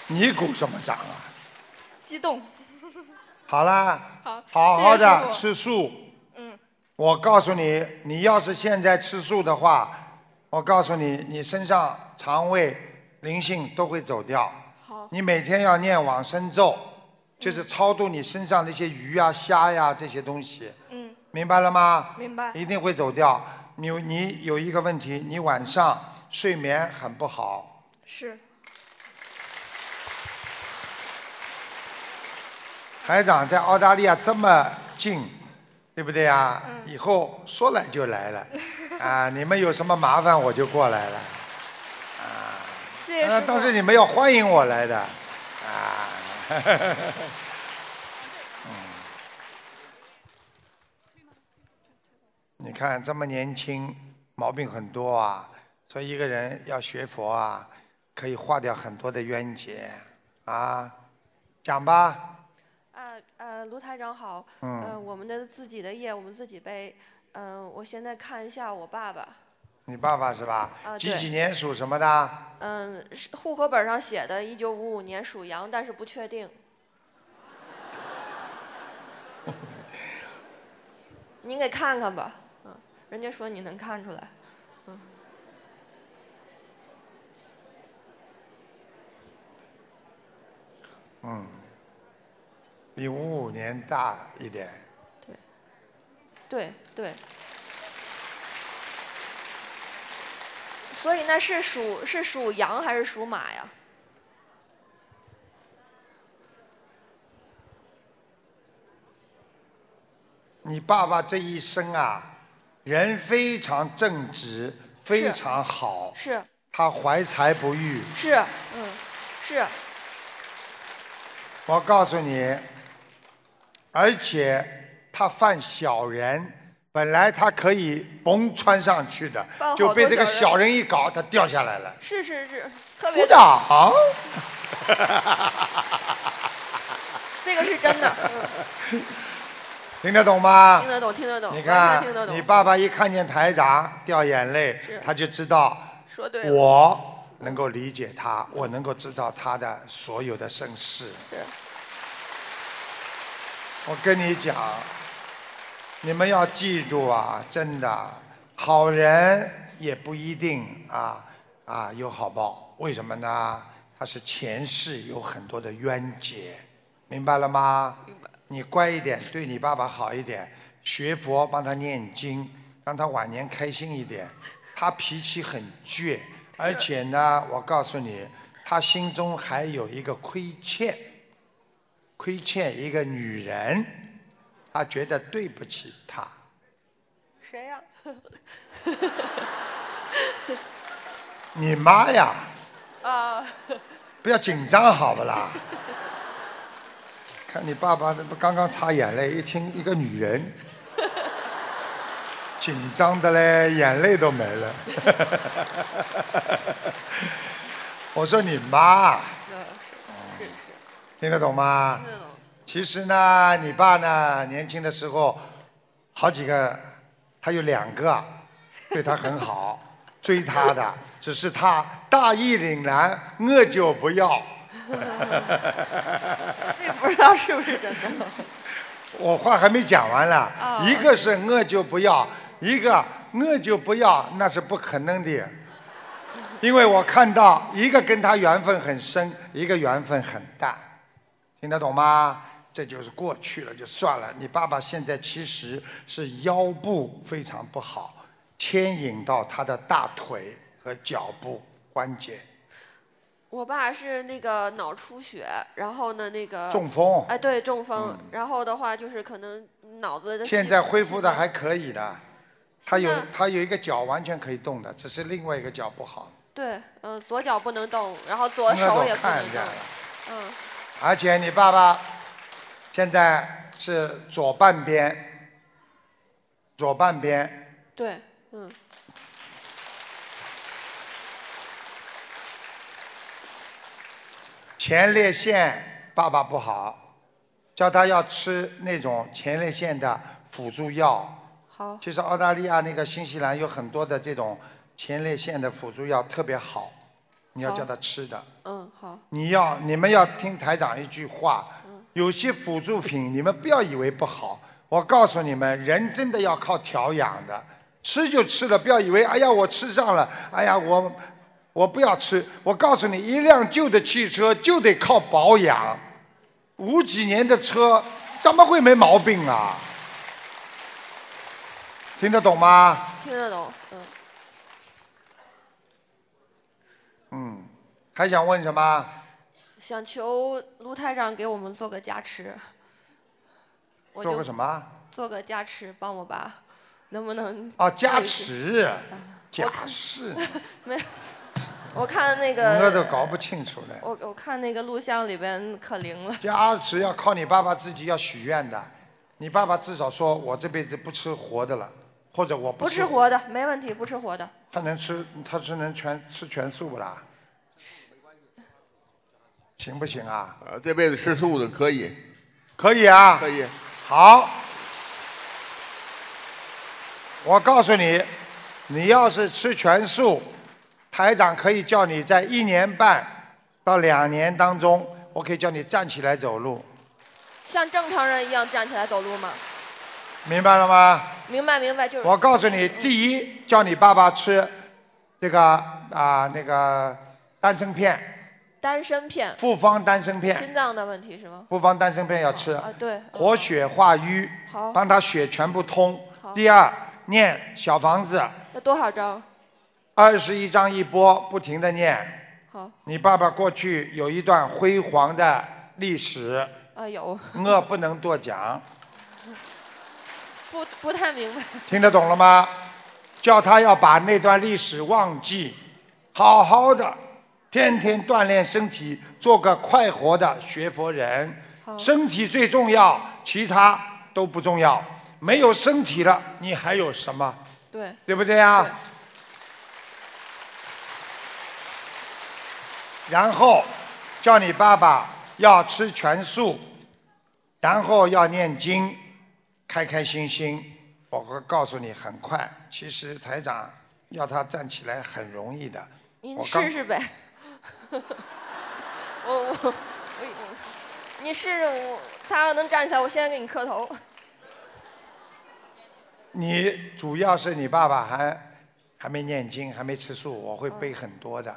S2: 你鼓什么掌啊？
S5: 激动，
S2: 好啦，
S5: 好
S2: 好
S5: 谢谢
S2: 好
S5: 师
S2: 的
S5: 傅
S2: 吃素。
S5: 嗯，
S2: 我告诉你，你要是现在吃素的话，我告诉你，你身上肠胃灵性都会走掉。
S5: 好，
S2: 你每天要念往生咒，就是超度你身上那些鱼啊、虾呀、这些东西，
S5: 嗯，
S2: 明白了吗？
S5: 明白
S2: 一定会走掉。你你有一个问题，你晚上睡眠很不好。
S5: 是，
S2: 台长在澳大利亚这么近，对不对啊？以后说来就来了，啊，你们有什么麻烦我就过来了。
S5: 谢谢
S2: 那
S5: 师
S2: 啊当时
S5: 傅。
S2: 你们要欢迎我来的， 啊。嗯你看这么年轻，毛病很多啊，所以一个人要学佛啊，可以化掉很多的冤结啊。讲吧，
S6: 啊呃，卢台长好，
S2: 嗯
S6: 呃，我们的自己的业我们自己背，嗯、我现在看一下我爸爸，
S2: 你爸爸是吧？
S6: 啊
S2: 几
S6: 对
S2: 几年属什么的？
S6: 嗯、是户口本上写的，一九五五年属羊，但是不确定。您给看看吧，嗯，人家说你能看出来，嗯
S2: 嗯比五五年大一点。
S6: 对对。所以那是属是属羊还是属马呀？
S2: 你爸爸这一生啊，人非常正直，非常好，
S6: 是
S2: 他怀才不遇，
S6: 是，嗯，是
S2: 我告诉你，而且他犯小人，本来他可以嘣穿上去的
S6: 犯好，
S2: 就被
S6: 多
S2: 这个
S6: 小
S2: 小人一搞，他掉下来了。
S6: 是是是，特
S2: 鼓
S6: 别
S2: 掌！
S6: 这个是真的，嗯
S2: 听得懂吗
S6: 听？得懂听得懂，
S2: 你
S6: 完全
S2: 看
S6: 听得，
S2: 你
S6: 懂，
S2: 爸爸一看见台长掉眼泪
S6: 是，
S2: 他就知道
S6: 说对了，
S2: 我能够理解他，我能够知道他的所有的身世。
S6: 是
S2: 我跟你讲，你们要记住啊，真的，好人也不一定啊啊有好报。为什么呢？他是前世有很多的冤结，明白了吗？明白。你乖一点，对你爸爸好一点，学佛帮他念经，让他晚年开心一点。他脾气很倔，而且呢，我告诉你，他心中还有一个亏欠。亏欠一个女人，他觉得对不起她。
S6: 谁 呀？
S2: 你妈呀，
S6: 啊，
S2: 不要紧张好不啦？看你爸爸这不刚刚擦眼泪，一听一个女人，紧张的嘞，眼泪都没了。 我说你妈，啊听得懂吗？
S6: 听得懂，
S2: 其实呢，你爸呢，年轻的时候，好几个，他有两 个啊对他很好，追他的，只是他大义凛然，我就不 要。
S6: 这不知道是不是真的，
S2: 我话还没讲完呢，一个是我就不要，一个我就不要，那是不可能的，因为我看到一个跟他缘分很深，一个缘分很淡，听得懂吗？这就是过去了，就算了。你爸爸现在其实是腰部非常不好，牵引到他的大腿和脚部关节，
S6: 我爸是那个脑出血，然后呢那个
S2: 中风。嗯
S6: 哎，对，中风。然后的话就是可能脑子的细
S2: 现在恢复的还可以的，他有
S6: 是吗
S2: 他有一个脚完全可以动的，只是另外一个脚不好。
S6: 对，嗯，左脚不能动，然后左
S2: 那
S6: 手
S2: 我
S6: 也不
S2: 看
S6: 能
S2: 见
S6: 动
S2: 了，，
S6: 嗯，
S2: 而且你爸爸现在是左半边，左半边
S6: 对，嗯，
S2: 前列腺爸爸不好，叫他要吃那种前列腺的辅助药。
S6: 好，
S2: 其实澳大利亚那个新西兰有很多的这种前列腺的辅助药特别好，你要叫他吃的。
S6: 嗯，好，
S2: 你要你们要听台长一句话，有些辅助品你们不要以为不好，我告诉你们，人真的要靠调养的，吃就吃了，不要以为哎呀我吃上了，哎呀我我不要吃，我告诉你，一辆旧的汽车就得靠保养，五几年的车怎么会没毛病啊？听得懂吗？
S6: 听得懂，嗯，
S2: 嗯还想问什么？
S6: 想求卢台长给我们做个加持，我
S2: 做个
S6: 就
S2: 什么？
S6: 做个加持，帮我 爸，能不能？
S2: 啊，加。 持，假释，
S6: 没有，我看那个，
S2: 我都搞不清楚了。
S6: 我我看那个录像里边可灵了，
S2: 加持要靠你爸爸自己要许愿的，你爸爸至少说我这辈子不吃活的了，或者我
S6: 不
S2: 吃
S6: 吃，活的，没问题，不吃活的，
S2: 他能吃，他是能全吃全素不啦？行不行啊？
S7: 啊，这辈子吃素的可 以，
S2: 可以啊，
S7: 可以。
S2: 好，我告诉你，你要是吃全素，台长可以叫你在一年半到两年当中，我可以叫你站起来走路，
S6: 像正常人一样站起来走路吗？
S2: 明白了吗？
S6: 明白明白，就是
S2: 我告诉你，第一，叫你爸爸吃这个啊、那个丹参片，
S6: 单身片，
S2: 复方丹参
S6: 心
S2: 片，
S6: 脏的问题是吗？
S2: 复方丹参片要吃，
S6: 啊，对，嗯
S2: 活血化瘀
S6: 好，
S2: 帮他血全部通
S6: 好。
S2: 第二，念小房子，
S6: 要多少张？
S2: 二十一章一波，不停的念。
S6: 好，
S2: 你爸爸过去有一段辉煌的历史，
S6: 啊，有，
S2: 我不能多讲，
S6: 不不太明白，
S2: 听得懂了吗？叫他要把那段历史忘记，好好的天天锻炼身体，做个快活的学佛人。身体最重要，其他都不重要。没有身体了，你还有什么？
S6: 对，
S2: 对不对啊？然后叫你爸爸要吃全素，然后要念经，开开心心。我会告诉你，很快。其实台长要他站起来很容易的。
S6: 您
S2: 我刚
S6: 试试呗。我我我我，你试试我，他要能站起来，我先给你磕头。啊
S2: 你主要是你爸爸还还没念经，还没吃素，我会背很多的，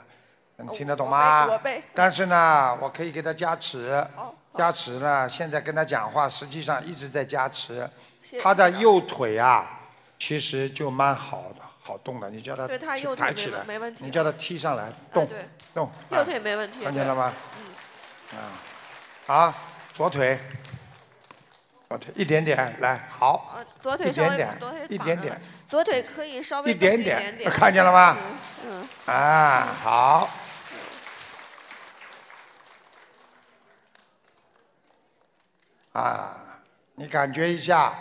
S2: 你听得懂
S6: 哦
S2: 吗？
S6: 我背我背哦
S2: 但是呢，我可以给他加持，加持呢，现在跟他讲话，实际上一直在加持。
S6: 谢谢
S2: 他的右腿啊，其实就蛮好的，好动的。你叫他
S6: 对他
S2: 去
S6: 右腿
S2: 抬
S6: 没
S2: 起来，
S6: 没问题
S2: 你叫他踢上来，动、
S6: 对
S2: 动，
S6: 右
S2: 啊
S6: 腿没问题。
S2: 看见了吗？嗯。啊，左腿，左腿一点点来，好。
S6: 呃，左
S2: 一
S6: 腿稍
S2: 点
S6: 微
S2: 点
S6: 左腿
S2: 一
S6: 躺
S2: 点
S6: 着
S2: 点
S6: 呢左腿可以稍微
S2: 一
S6: 动
S2: 点
S6: 一
S2: 点
S6: 点点，
S2: 看见了吗？
S6: 嗯，
S2: 啊，好。啊，你感觉一下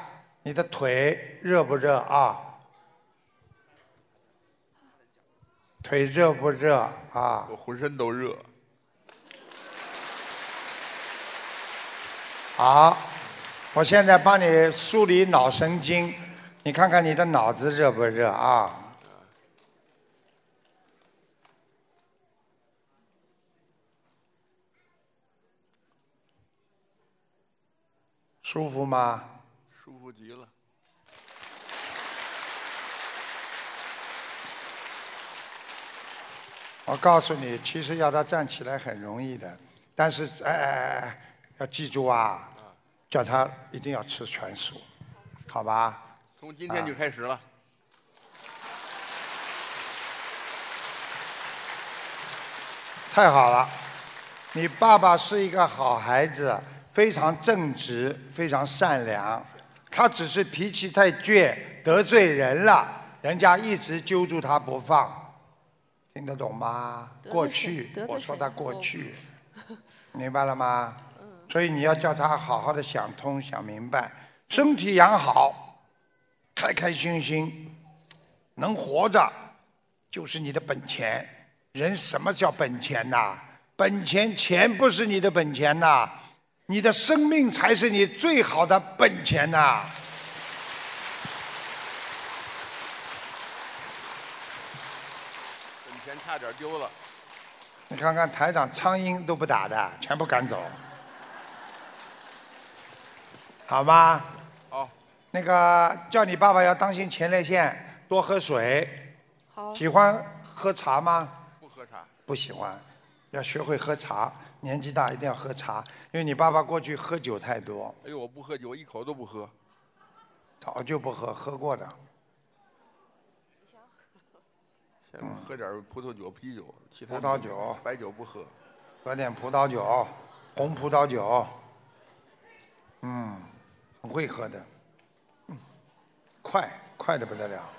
S2: 你的腿热不热啊？腿热不热啊？
S7: 我浑身 都热。
S2: 好，我现在帮你梳理脑神经，你看看你的脑子热不热啊？舒服吗？
S7: 舒服极了。
S2: 我告诉你，其实要他站起来很容易的，但是哎哎哎，要记住啊，叫他一定要吃全素，好吧？
S7: 从今天就开始了，
S2: 太好了，你爸爸是一个好孩子，非常正直，非常善良。他只是脾气太倔，得罪人了，人家一直揪住他不放，听得懂吗？
S6: 得罪谁
S2: 过去
S6: 得罪谁哦
S2: 我说他过去， 明白了吗？
S6: 嗯
S2: 所以你要叫他好好的想通、想明白，身体养好，开开心心，能活着就是你的本钱。人什么叫本钱呐、本钱钱不是你的本钱呐、你的生命才是你最好的本钱呐、
S7: 本钱差点丢了。
S2: 你看看台长，苍蝇都不打的，全部赶走，好吗？
S7: 好，
S2: 那个叫你爸爸要当心前列腺，多喝水。
S6: 好，
S2: 喜欢喝茶吗？
S7: 不喝茶。
S2: 不喜欢，要学会喝茶。年纪大一定要喝茶，因为你爸爸过去喝酒太多，
S7: 哎呦，我不喝酒，一口都不喝。
S2: 早就不喝，喝过的。
S7: 现在喝点葡萄酒、啤酒，其他
S2: 葡萄
S7: 没有
S2: 酒
S7: 白酒不喝。
S2: 喝点葡萄酒，红葡萄酒，嗯，很会喝的，嗯，快快的不得了，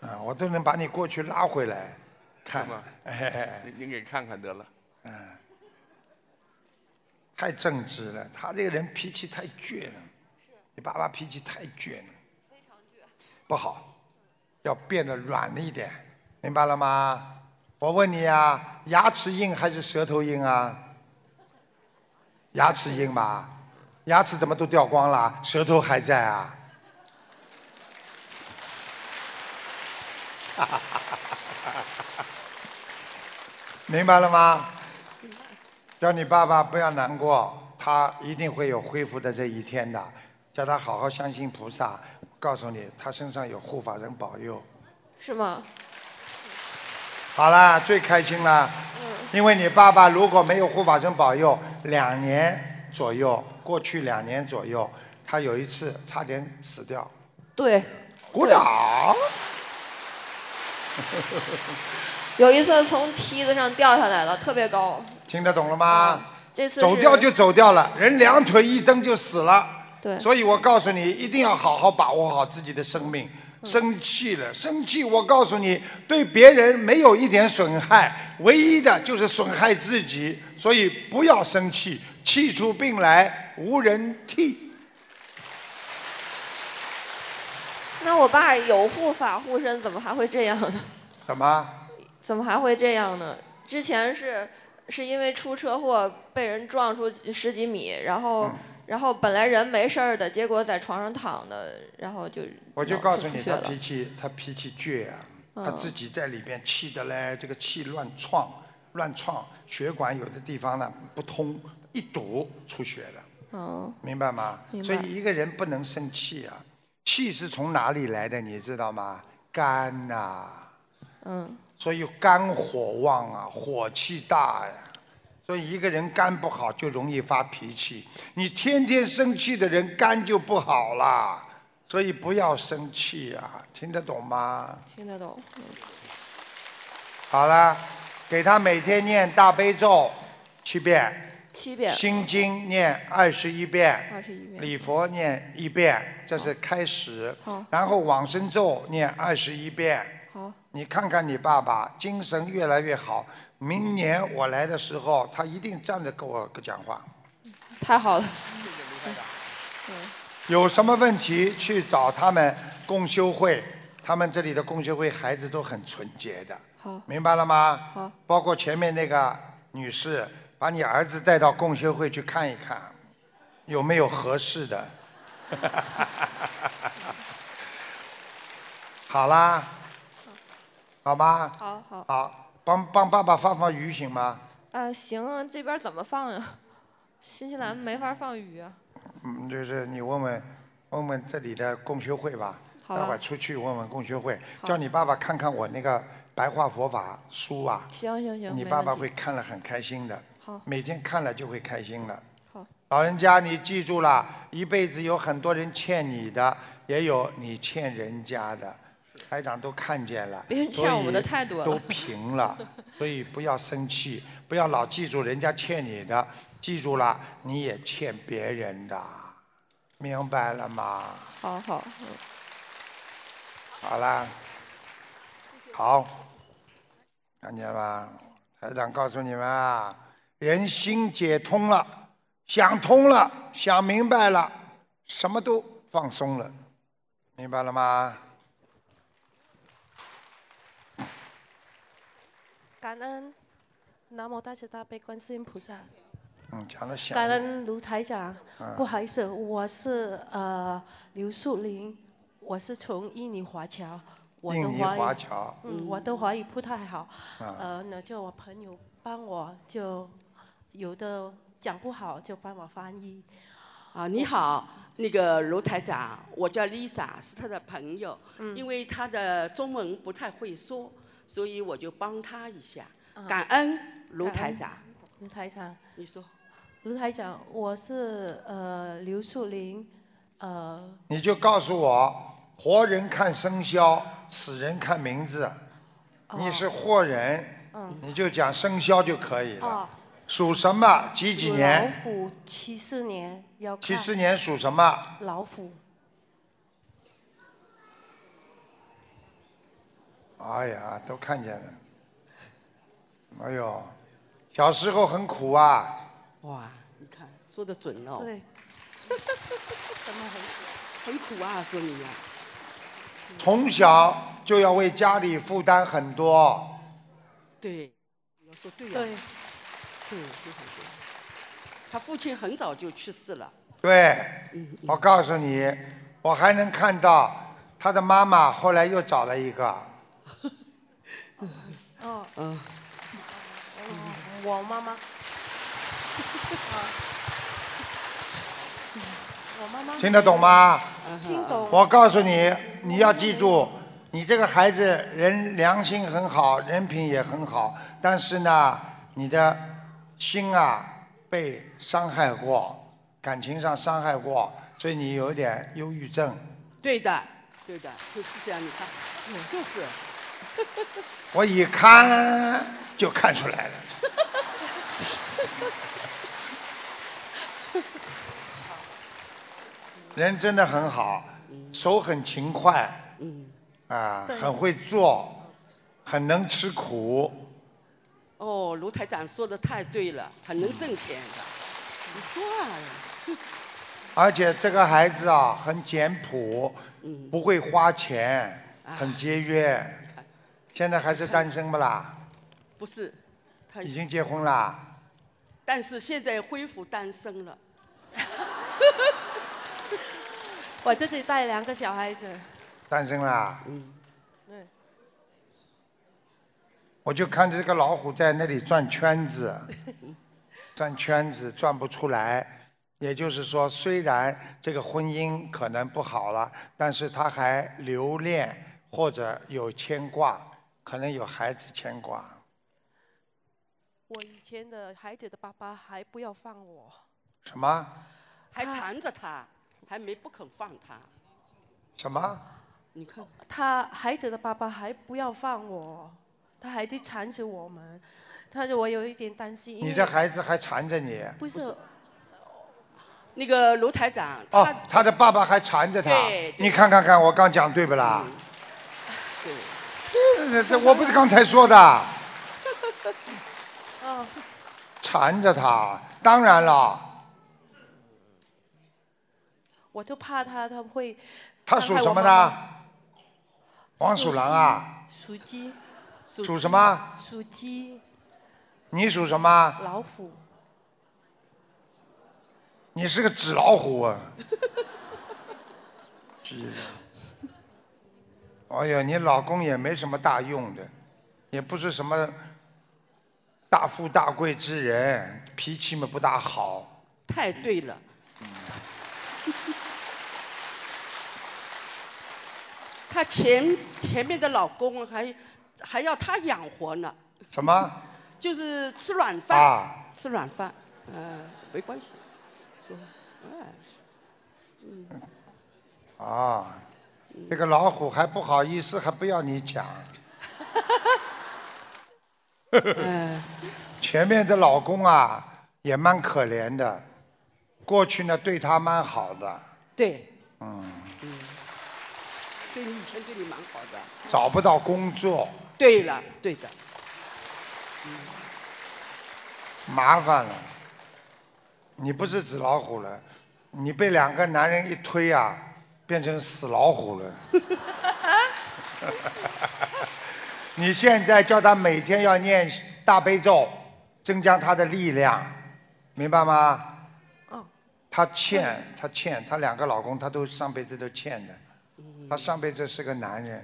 S2: 啊，我都能把你过去拉回来，看
S7: 是吗，
S2: 嘿嘿嘿
S7: 您您给看看得了。
S2: 太正直了，他这个人脾气太倔了，你爸爸脾气太倔了，非常倔，不好，要变得软一点，明白了吗？我问你啊，牙齿硬还是舌头硬啊？牙齿硬吧，牙齿怎么都掉光了，舌头还在啊？ 明白了吗？叫你爸爸不要难过，他一定会有恢复的这一天的。叫他好好相信菩萨，我告诉你，他身上有护法人保佑。
S6: 是吗？
S2: 好啦，最开心啦，因为你爸爸如果没有护法神保佑，两年左右，过去两年左右，他有一次差点死掉。
S6: 对，
S2: 鼓掌！
S6: 有一次从梯子上掉下来了，特别高。
S2: 听得懂了吗？
S6: 这次
S2: 走
S6: 是
S2: 掉就走掉了，人两腿一蹬就死了。
S6: 对
S2: 所以我告诉你，一定要好好把握好自己的生命。生气了，生气，我告诉你，对别人没有一点损害，唯一的就是损害自己，所以不要生气，气出病来无人替。
S6: 那我爸有护法护身，怎么还会这样呢？
S2: 怎么？
S6: 怎么还会这样呢？之前是是因为出车祸被人撞出十几米，然后、
S2: 嗯
S6: 然后本来人没事儿的，结果在床上躺的，然后就
S2: 我就
S6: 脑
S2: 告
S6: 出
S2: 诉你，
S6: 血
S2: 他
S6: 了
S2: 脾气他脾气倔啊，他
S6: 嗯
S2: 自己在里边气的嘞，这个气乱窜，乱窜，血管有的地方呢不通，一堵出血了，
S6: 嗯，
S2: 明白吗？
S6: 明白
S2: 所以一个人不能生气啊，气是从哪里来的，你知道吗？肝呐、
S6: 嗯，
S2: 所以肝火旺啊，火气大呀、所以一个人肝不好就容易发脾气。你天天生气的人，肝就不好啦。所以不要生气啊，听得懂吗？
S6: 听得懂。嗯
S2: 好了，给他每天念大悲咒七遍，
S6: 七遍，
S2: 心经念二十一遍，
S6: 二十一遍。
S2: 礼佛念一遍，这是开始
S6: 好。
S2: 然后往生咒念二十一遍。
S6: 好，
S2: 你看看你爸爸精神越来越好，明年我来的时候，他一定站着跟我讲话。
S6: 太好了。
S2: 有什么问题去找他们共修会，他们这里的共修会孩子都很纯洁的，
S6: 好，
S2: 明白了吗？
S6: 好，
S2: 包括前面那个女士，把你儿子带到共修会去看一看，有没有合适的。 好啦，好吗？
S6: 好好。
S2: 好，帮帮爸爸放放鱼行吗？
S6: 啊，行啊，这边怎么放呀？ 新西兰没法放鱼啊。
S2: 嗯，就是你问问问问这里的共修会吧，
S6: 好啊
S2: 待会儿出去问问共修会，叫你爸爸看看我那个白话佛法书啊，
S6: 行行行，
S2: 你
S6: 没
S2: 爸
S6: 问
S2: 爸
S6: 题
S2: 会看了很开心的，
S6: 好
S2: 每天看了就会开心了。
S6: 好，
S2: 老人家，你记住了，一辈子有很多人欠你的，也有你欠人家的，台长都看见了，
S6: 别人欠
S2: 所
S6: 我们
S2: 以
S6: 的太多了
S2: 都平了，所以不要生气，不要老记住人家欠你的，记住了你也欠别人的，明白了吗？
S6: 好好，嗯
S2: 好啦，好，看见了吧？台长告诉你们啊，人心解通了，想通了，想明白了，什么都放松了，明白了吗？
S8: 感恩南无大慈大悲观世音菩萨，
S2: 嗯，讲的想
S8: 感恩卢台长。不好意思，我是呃刘素玲，我是从印尼华侨，我的
S2: 印尼
S8: 华
S2: 华
S8: 语，
S2: 侨，
S8: 嗯，我的华语不太好，
S2: 啊
S8: 呃，那就我朋友帮我就有的讲不好就帮我翻译。
S9: 啊，你好，那个卢台长，我叫 Lisa，是他的朋友，
S8: 嗯
S9: 因为他的中文不太会说，所以我就帮他一下，感恩卢
S8: 啊感
S9: 台
S8: 恩
S9: 长，
S8: 卢台长，
S9: 你说
S8: 卢台长，我是呃刘素玲，呃
S2: 你就告诉我，活人看生肖，死人看名字。
S8: 哦
S2: 你是活人，你就讲生肖就可以了。
S8: 嗯哦，
S2: 属什么？几几
S8: 属
S2: 年？
S8: 老虎七四年要看
S2: 七四年属什么？
S8: 老虎。
S2: 哎呀，都看见了。哎呦，小时候很苦啊，
S9: 哇，你看说的准哦，
S8: 对，
S9: 很苦啊，说你呀、
S2: 从小就要为家里负担很多。
S9: 对，我说对呀、嗯
S8: 对，
S9: 对，非常对。他父亲很早就去世了，
S2: 对，我告诉你，我还能看到他的妈妈后来又找了一个。
S9: 哦
S8: 我妈妈，
S2: 听得懂吗？
S8: 听
S10: 哦
S8: 懂
S2: 我告诉你，你要记住，你这个孩子人良心很好，人品也很好，但是呢，你的心啊被伤害过，感情上伤害过，所以你有点忧郁症。
S9: 对的，对的，就是这样，你看，
S8: 嗯
S9: 就是，
S2: 我一看就看出来了。人真的很好，手很勤快，
S9: 嗯，
S2: 啊，
S9: 对
S2: 很会做，很能吃苦，
S9: 哦，卢台长说的太对了，很能挣钱的。你说啊，
S2: 而且这个孩子啊，很简朴，不会花钱，很节约。现在还是单身不啦？
S9: 不是，他
S2: 已经结婚啦？
S9: 但是现在恢复单身了。
S8: 我自己带两个小孩子，
S2: 单身啦？
S8: 嗯，
S2: 我就看着这个老虎在那里转圈子， 转圈子转不出来。也就是说，虽然这个婚姻可能不好了，但是他还留恋或者有牵挂，可能有孩子牵挂。
S8: 我以前的孩子的爸爸还不要放我，
S2: 什么
S9: 还缠着他，还没不肯放他。
S2: 什么？
S9: 你看，
S8: 他孩子的爸爸还不要放我，他还去缠着我们，他说我有一点担心。因
S2: 你
S8: 为
S2: 这孩子还缠着你？
S8: 不是
S9: 那个卢台长，
S2: 哦，他的爸爸还缠着他
S9: 对。对
S2: 你看看看，我刚讲对不啦？
S9: 对，
S2: 这这这我不是刚才说的，
S8: 哦，
S2: 缠着他。当然了，
S8: 我就怕他他会
S2: 他
S8: 伤
S2: 属
S8: 害
S2: 什
S8: 我妈
S2: 么的
S8: 妈？？
S2: 黄鼠狼啊。
S8: 属鸡，
S2: 属什么？
S8: 属鸡，
S2: 你属什
S9: 啊
S2: 么？
S8: 老虎。
S2: 你是个纸老虎啊！ 鸡的哎呦，你老公也没什么大用的，也不是什么大富大贵之人，脾气嘛不大好。
S9: 太对了。她前前面的老公还还要她养活呢，
S2: 什么？
S9: 就是吃软饭，
S2: 啊
S9: 吃软饭，嗯、没关系，说，哎，嗯，
S2: 啊，这个老虎还不好意思，还不要你讲。前面的老公啊，也蛮可怜的，过去呢对她蛮好的，
S9: 对，
S2: 嗯，
S9: 对你以前对你蛮好的，
S2: 找不到工作，
S9: 对了，对的，
S2: 麻烦了。你不是纸老虎了，你被两个男人一推啊，变成死老虎了。 你现在叫他每天要念大悲咒，增加他的力量，明白吗？
S9: 哦
S2: 他欠，他欠，他两个老公，他都上辈子都欠的。他上辈子是个男人，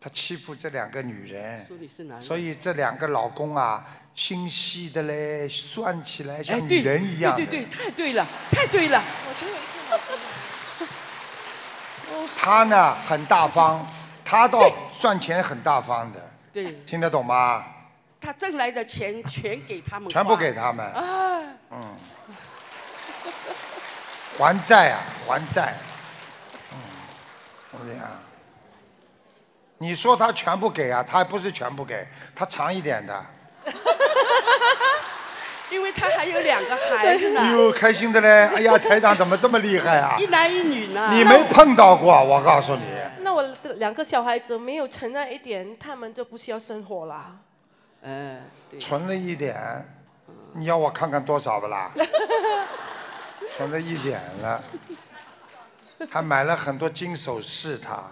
S2: 他欺负这两个女人
S9: 说，你是男人，
S2: 所以这两个老公啊，心细的嘞，算起来
S9: 哎，
S2: 像
S9: 对，
S2: 女人一样
S9: 对
S2: 的。
S9: 对对，太对了，太对了，哦
S2: 他呢很大方，他倒算钱很大方的，
S9: 对
S2: 听得懂吗？
S9: 他挣来的钱全给他们花，
S2: 全部给他们，
S9: 啊，
S2: 嗯，还债啊，还债，嗯，怎么样？你说他全部给啊，他还不是全部给，他长一点的，
S9: 因为他还有两个孩子
S2: 哎
S9: 呢，
S2: 呦，开心的嘞！哎呀，台长怎么这么厉害 啊
S9: 一？男一女呢，
S2: 你没碰到过，我告诉你，
S8: 那我的两个小孩子没有承担一点，他们就不需要生活啦。
S9: 嗯，对，
S2: 存了一点，你要我看看多少不 啦？存了一点了，还买了很多金首饰，他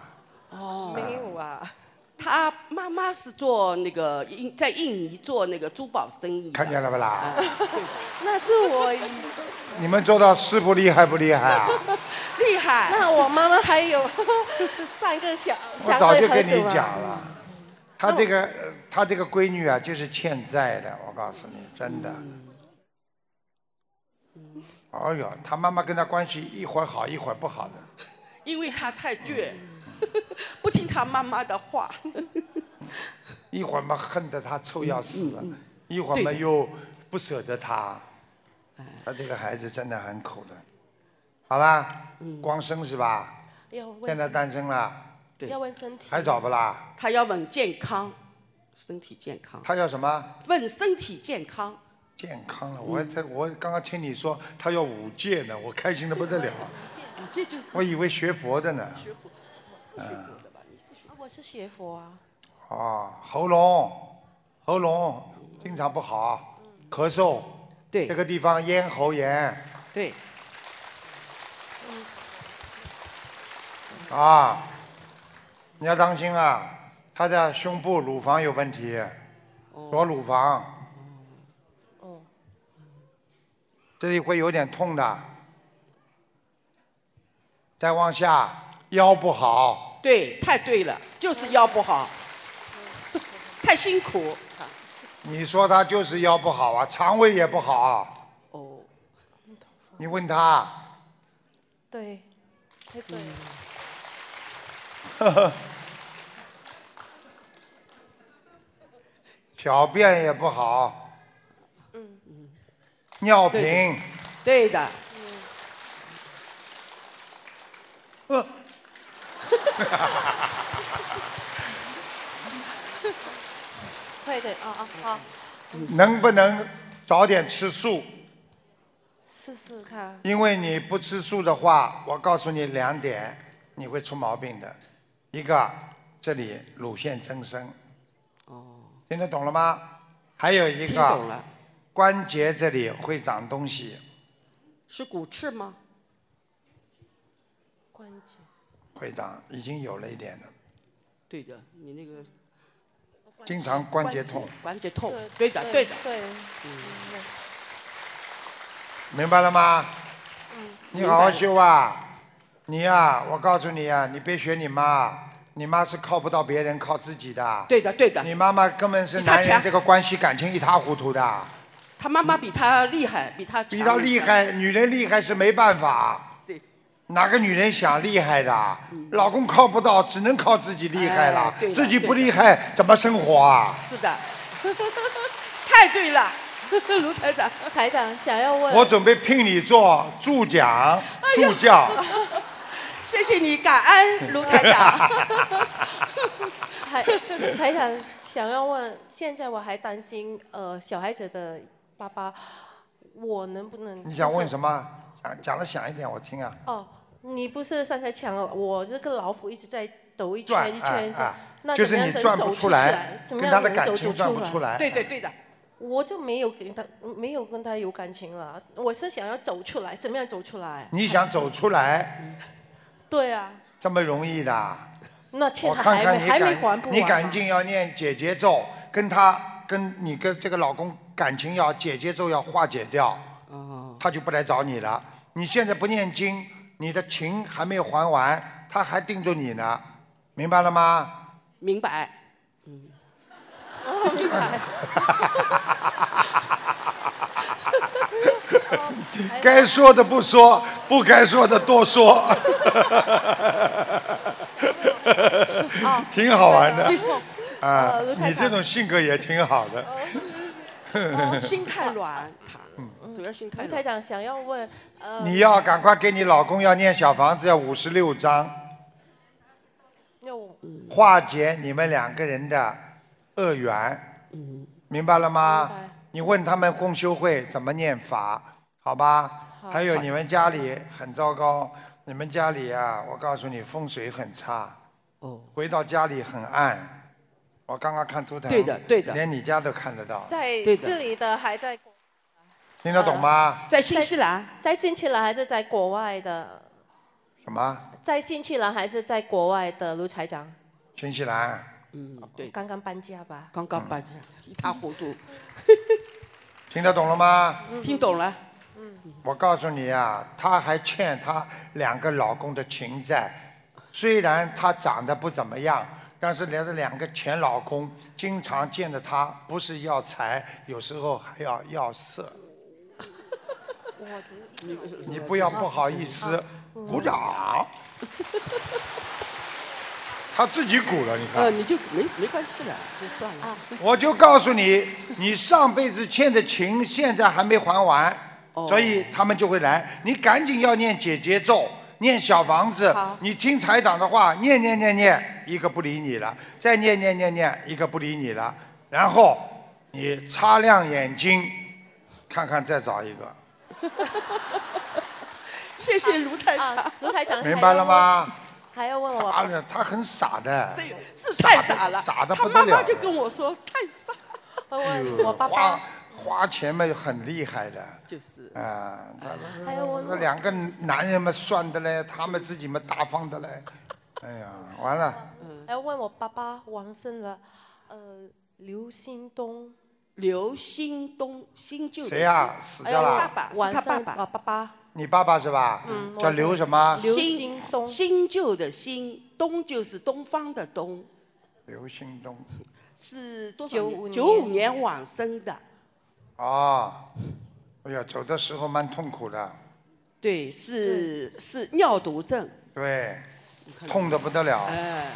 S9: 哦，
S8: 没有啊，
S9: 他妈妈是做那个印在印尼做那个珠宝生意的，
S2: 看见了不啦？
S9: 嗯
S8: 那是我以，
S2: 你们做到师傅厉害不厉害 啊？
S9: 厉害，
S8: 那我妈妈还有三个小，
S2: 我
S8: 三
S2: 早就
S8: 个盒
S2: 跟你
S8: 子嘛
S2: 讲了，
S9: 啊
S2: 他这
S9: 哦
S2: 个呃他这个闺女啊，就是欠债的，我告诉你，真的。
S9: 嗯
S2: 哎呦，他妈妈跟他关系一会儿好一会儿不好的。
S9: 因为他太倔， 不听他妈妈的话，
S2: 一会儿嘛恨得他臭要死，
S9: 嗯
S2: 一会儿
S9: 对
S2: 嘛
S9: 的
S2: 又不舍得他，他这个孩子真的很苦
S9: 哎
S2: 的。好啦，
S9: 嗯
S2: 光生是吧？
S8: 要问
S2: 现在单身了，
S9: 对
S8: 要问身体，
S2: 还早不啦？
S9: 他要问健康，身体健康，
S2: 他要什么？
S9: 问身体健康，
S2: 健康了，
S9: 嗯
S2: 我还在我刚刚听你说他
S9: 嗯
S2: 要五戒呢，我开心的不得了，
S9: 这就是
S2: 我以为学佛的呢。嗯，
S8: 我是学佛啊，
S2: 哦，喉咙，喉咙经常不好，咳嗽，
S10: 对，
S2: 这个地方咽喉炎，
S10: 对，
S2: 啊，你要当心啊，他的胸部乳房有问题，左乳房，
S9: 哦
S2: 这里会有点痛的，再往下腰不好，
S9: 对，太对了，就是腰不好， 太辛苦。
S2: 你说他就是腰不好啊，肠胃也不好，
S9: 哦，
S2: 你问他，
S8: 对，太对了。
S2: 小便也不好，
S8: 嗯嗯，
S2: 尿频，
S9: 对的，
S2: 呃，
S8: 快点啊啊好，
S2: 能不能早点吃素？
S8: 试试看。
S2: 因为你不吃素的话，我告诉你两点，你会出毛病的。一个，这里乳腺增生，
S9: 哦，
S2: 听得懂了吗？还有一
S9: 听
S2: 个
S9: 懂了，
S2: 关节这里会长东西，
S9: 是骨刺吗？
S8: 关节，
S2: 会长已经有了一点了，
S9: 对的，你那个
S2: 经常关节痛，
S9: 关节痛，对的，对的，嗯
S8: 对，
S2: 明白了吗？
S8: 嗯，
S2: 你好好修啊！你呀、我告诉你啊，你别学你妈，你妈是靠不到别人，靠自己的。
S9: 对的，对的。
S2: 你妈妈根本是
S9: 比她
S2: 男人
S9: 强
S2: 这个关系感情一塌糊涂的，
S9: 他妈妈比他厉害，比他
S2: 比
S9: 强
S2: 她厉害，女人厉害是没办法。
S9: 啊对。
S2: 哪个女人想厉害的？老公靠不到，只能靠自己厉害了
S9: 哎。对的
S2: 自己
S9: 对
S2: 不
S9: 的
S2: 厉害，怎么生活啊？
S9: 是的， 太对了， 卢台长。
S8: 台长想要问，
S2: 我准备聘你做助
S9: 哎
S2: 讲、助教。
S9: 谢谢你，感恩卢台长。
S8: 台台长想要问，现在我还担心呃小孩子的爸爸，我能不能？
S2: 你想问什
S8: 么？
S2: 么？讲讲了响一点，我听啊。
S8: 哦，你不是上才讲了，我这个老虎一直在抖一
S2: 转
S8: 圈一
S2: 哎
S8: 圈
S2: 哎
S8: 转，那
S2: 就
S8: 怎么样
S2: 是你
S8: 能
S2: 转
S8: 走
S2: 不
S8: 出
S2: 出
S8: 来
S2: 来，，
S8: 怎么
S2: 跟
S8: 样
S2: 他的
S8: 能
S2: 感
S8: 走
S2: 情
S8: 出
S2: 转不出来。
S9: 对的，对的，
S8: 我就没有跟他没有跟他有感情了，我是想要走出来，怎么样走出来？
S2: 你想走出来，
S8: 对啊，
S2: 这么容易的？
S8: 那欠
S2: 我
S8: 他
S2: 看
S8: 还没还
S2: 看你
S8: 没还
S2: 赶
S8: 不完啊，
S2: 你赶紧要念解结咒，跟他跟你跟这个老公感情要解结咒要化解掉，
S9: 哦，
S2: 他就不来找你了。你现在不念经，你的情还没有还完，他还盯着你呢，明白了吗？
S9: 明 白。
S8: 哦，明白。
S2: 该说的不说，不该说的多 说，挺好玩的
S8: 哦
S2: 啊
S8: 呃卢！台
S2: 你这
S8: 长哦
S2: 种性格也挺好的。
S9: 心太软，他主要心太
S8: 吴台
S9: 软。
S8: 长想要问，呃，
S2: 你要赶快给你老公要念小房子，要五十六章，
S8: 要我
S2: 化解你们两个人的恶缘，明白了吗
S8: 嗯明白？
S2: 你问他们共修会怎么念法，好吧？还有你们家里很糟糕，你们家里啊，我告诉你风水很差，
S9: 哦，
S2: 回到家里很暗。我刚刚看图腾，
S9: 对的对的
S2: 连你家都看得到，
S8: 在
S9: 对的
S8: 这里的还在国
S2: 听得懂吗？
S9: 在新西兰，
S8: 在新西兰还是在国外的，
S2: 什么？
S8: 在新西兰还是在国外的卢台长，
S2: 新西兰？
S9: 嗯，对，
S8: 刚刚搬家吧？啊
S9: 刚刚搬家，一塌糊 涂。
S2: 听得懂了吗？
S9: 嗯
S2: 嗯
S9: 听懂了？
S2: 我告诉你啊，她还欠她两个老公的情债。虽然她长得不怎么样，但是连着两个前老公经常见着她，不是要财，有时候还要要色。你不要不好意思，
S9: 嗯
S2: 鼓 掌。她自己鼓了，你看
S9: 呃，。你就没没关系了， 就算
S8: 啊
S9: 了。
S2: 我就告诉你，你上辈子欠的情，现在还没还完，
S9: 哦
S2: 所以他们就会来。你赶紧要念姐姐咒，念小房子
S8: 好。
S2: 你听台长的话，念念念念，一个不理你了，再念念念念，一个不理你了。然后你擦亮眼睛，看看再找一个，
S9: 谢谢卢台长。
S8: 啊，卢台长，
S2: 明白了？吗？
S8: 还要问
S2: 傻
S8: 哎我，
S2: 了，他很傻的，
S9: 是是太傻了，
S2: 傻的
S9: 他
S2: 不得
S9: 妈妈
S2: 了
S9: 就
S2: 的
S9: 跟我说太傻，
S8: 问问
S2: 呦
S8: 我爸
S2: 花
S8: 爸，
S2: 花钱嘛很厉害的，
S9: 就是
S2: 啊，他
S9: 哎
S8: 还有我
S2: 那两个男人嘛算的嘞，他们自己嘛大方的嘞，哎呀，完了，
S9: 嗯
S8: 还要问我爸爸王生了，呃，刘新东，
S9: 刘新东新旧的
S2: 谁呀？
S9: 新
S2: 死啊
S9: 哎
S2: 掉
S9: 呦
S2: 了
S9: 爸？爸是
S8: 王
S9: 他
S8: 生
S9: 爸
S8: 我
S9: 爸，
S8: 爸爸
S2: 你爸爸是吧？
S8: 嗯
S2: 叫
S8: 我
S2: 刘什么？
S8: 刘新东
S9: 新旧的新东就是东方的东，
S2: 刘兴东。
S9: 是多少
S8: 95
S9: 年？九五
S8: 年
S9: 年往生的，
S2: 哦，哎呀，走的时候蛮痛苦的，
S9: 对，是是尿毒症，
S2: 对，痛的不得了。
S9: 哎，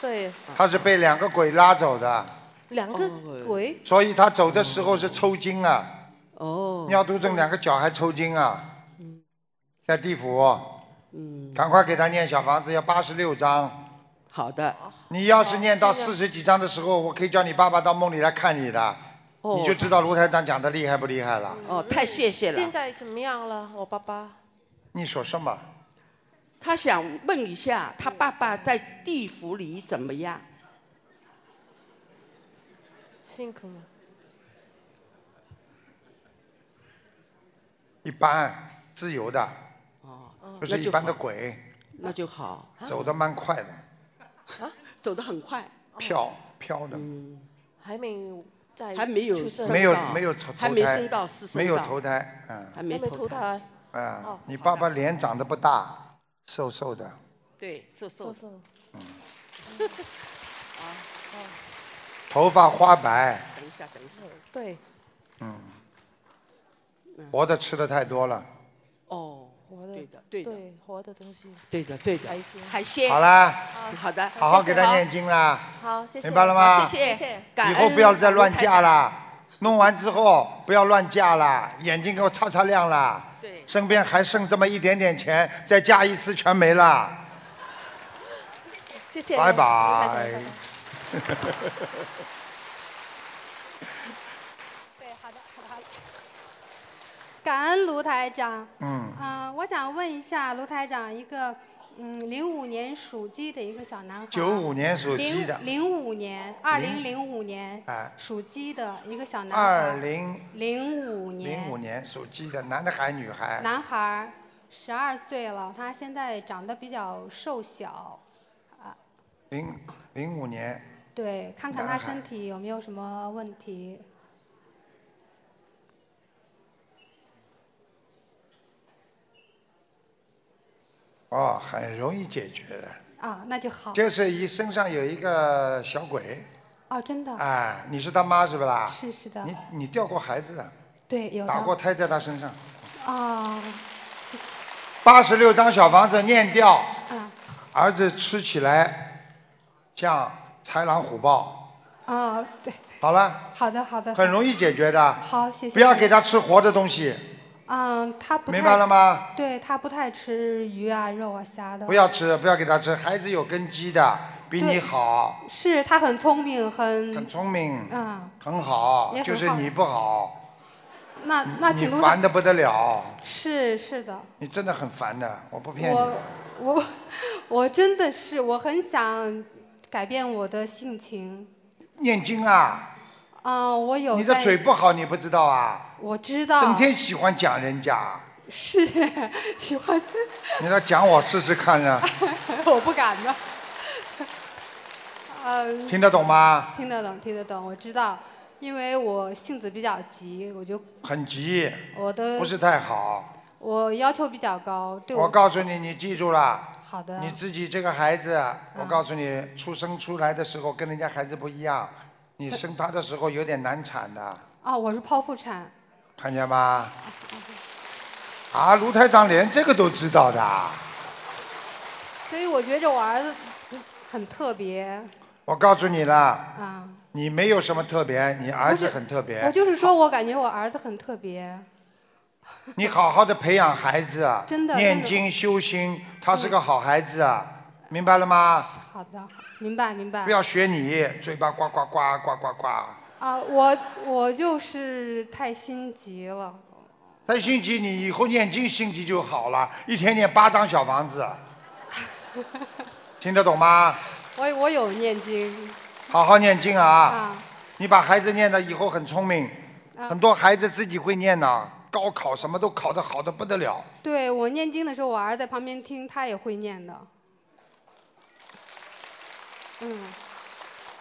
S8: 对，
S9: 啊
S2: 他是被两个鬼拉走的，
S8: 两
S9: 哦
S8: 个鬼，
S2: 所以他走的时候是抽筋啊，
S9: 哦，
S2: 尿毒症，两个脚还抽筋啊，在地府。赶快给他念小房子，要八十六章。
S9: 嗯好的，
S2: 你要是念到四十几章的时候，我可以叫你爸爸到梦里来看你的，
S9: 哦
S2: 你就知道卢台长讲的厉害不厉害了。
S9: 哦，太谢谢
S8: 现
S9: 了。
S8: 在怎么样了？我爸爸，
S2: 你说什么？
S9: 他想问一下，他爸爸在地府里怎么样？
S8: 辛苦了，
S2: 一般自由的，不是
S9: 哦那
S2: 一
S9: 就
S2: 般的
S9: 好
S2: 鬼，
S9: 那就好，哦
S2: 走的蛮快的。
S9: 啊走得很快，
S2: 飘飘的，
S9: 嗯
S8: 还没在，
S9: 还没有
S8: 出生
S9: 生
S2: 没有
S9: 到
S2: 没有投投胎，
S9: 还没生到是生
S2: 没有
S9: 到
S2: 投胎，嗯
S9: 还没
S8: 还没投
S9: 投胎，
S8: 胎，哦
S2: 嗯，你爸爸脸长得不大，瘦瘦的，
S9: 对，瘦瘦
S8: 就
S9: 的
S8: 是嗯
S2: 头发花白，
S9: 等一下，等一下，
S8: 对，
S9: 嗯
S2: 活的吃的太多了。
S9: 哦，
S8: 活的
S9: 对的，对的，
S8: 对活的东西，
S9: 对的，对的
S8: 海，鲜
S9: 海鲜，嗯
S2: 好，啦，
S9: 好的，
S2: 好好给他念经啦，
S8: 好，谢谢，
S2: 明白了吗？
S9: 谢
S8: 谢谢
S9: 谢，感
S2: 以
S9: 恩
S2: 后不要再乱
S9: 卢
S2: 嫁
S9: 台长，
S2: 啦，弄完之后不要乱嫁啦，眼睛给我擦擦亮啦。
S9: 对
S2: 身边还剩这么一点点钱，再嫁一次全没了，
S8: 谢谢，拜
S2: 拜
S8: 拜
S2: 拜。
S10: 对，好的，好的，好的。感恩卢台长。
S2: 嗯，
S10: 嗯、我想问一下卢台长，一个嗯，零五年属鸡的一个小男孩。
S2: 九五年属鸡的
S10: 零，零五年，二零零五年
S2: 哎
S10: 属鸡的一个小男
S2: 二
S10: 孩。
S2: 零
S10: 零五
S2: 零
S10: 年，
S2: 五年属鸡的，男的还女孩？
S10: 男孩，十二岁了，他现在长得比较瘦小，啊
S2: 零零五年，
S10: 对，看看
S2: 男
S10: 他
S2: 孩
S10: 身体有没有什么问题。
S2: 哦，很容易解决的，
S10: 啊，那就好。
S2: 就是一身上有一个小鬼，
S10: 哦，真的，
S2: 哎，你是他妈是不啦？
S10: 是是的，
S2: 你你掉过孩子啊，
S10: 对，有的。
S2: 打过胎在他身上，
S10: 啊，
S2: 八十六张小房子念掉，
S10: 啊
S2: 儿子吃起来像豺狼虎豹。
S10: 啊，对，
S2: 好了，
S10: 好的好的，
S2: 很容易解决的，
S10: 好，谢谢。
S2: 不要给。他吃活的东西，
S10: 嗯，他不太
S2: 明白了？吗？
S10: 对他不太吃鱼啊、肉啊、虾的。
S2: 不。要吃，不要给他吃，孩子有根基的，比你
S10: 对
S2: 好，
S10: 是他很聪明，
S2: 很
S10: 很
S2: 聪明，
S10: 嗯，
S2: 很好，
S10: 也很
S2: 就是
S10: 好
S2: 你不好。
S10: 那那
S2: 你
S10: 请卢
S2: 烦
S10: 台
S2: 的不得了，
S10: 是是的，
S2: 你真的很烦的，我不骗你
S10: 我
S2: 的。
S10: 我我真的是我很想改变我的性情。
S2: 念经啊，
S10: 嗯，我有
S2: 你的
S10: 在
S2: 嘴，不好，你不知道啊，
S10: 我知道，
S2: 整天喜欢讲人家，
S10: 是 喜欢，
S2: 你来讲我试试看呢，
S10: 我不敢的。嗯，
S2: 听得懂吗？
S10: 听得懂，听得懂，我知道，因为我性子比较急，我就
S2: 很急，
S10: 我的
S2: 不是太好。
S10: 我要求比较高，呃对
S2: 我
S10: 我啊
S2: 告诉你，你记住了，
S10: 好的
S2: 你自己这个孩子，
S10: 嗯
S2: 我告诉你，出生出来的时候跟人家孩子不一样，你生他的时候有点难产的，
S10: 啊，我是剖腹产，
S2: 看见吗？啊，卢台长连这个都知道的啊。
S10: 所以我觉着我儿子很特别
S2: 我告诉你了，
S10: 啊。
S2: 你没有什么特别，你儿子很特
S10: 我
S2: 别。
S10: 就是说我感觉我儿子很特别，
S2: 你好好的培养孩子啊，
S10: 真的
S2: 念
S10: 真的
S2: 经修心，他是个好孩子啊，明白了吗？
S10: 好的，明白明白
S2: 不。要学你嘴巴呱呱呱呱呱呱。
S10: 啊，我我就是太心急了，
S2: 他心急，你以后念经心急就好了，一天念八张小房子，听得懂吗？
S10: 我我有念经
S2: 好好念经啊！
S10: 啊
S2: 你把孩子念的以后很聪明，
S10: 啊
S2: 很多孩子自己会念呢，高考什么都考得好的不得了。
S10: 对我念经的时候，我儿子在旁边听，他也会念的。嗯，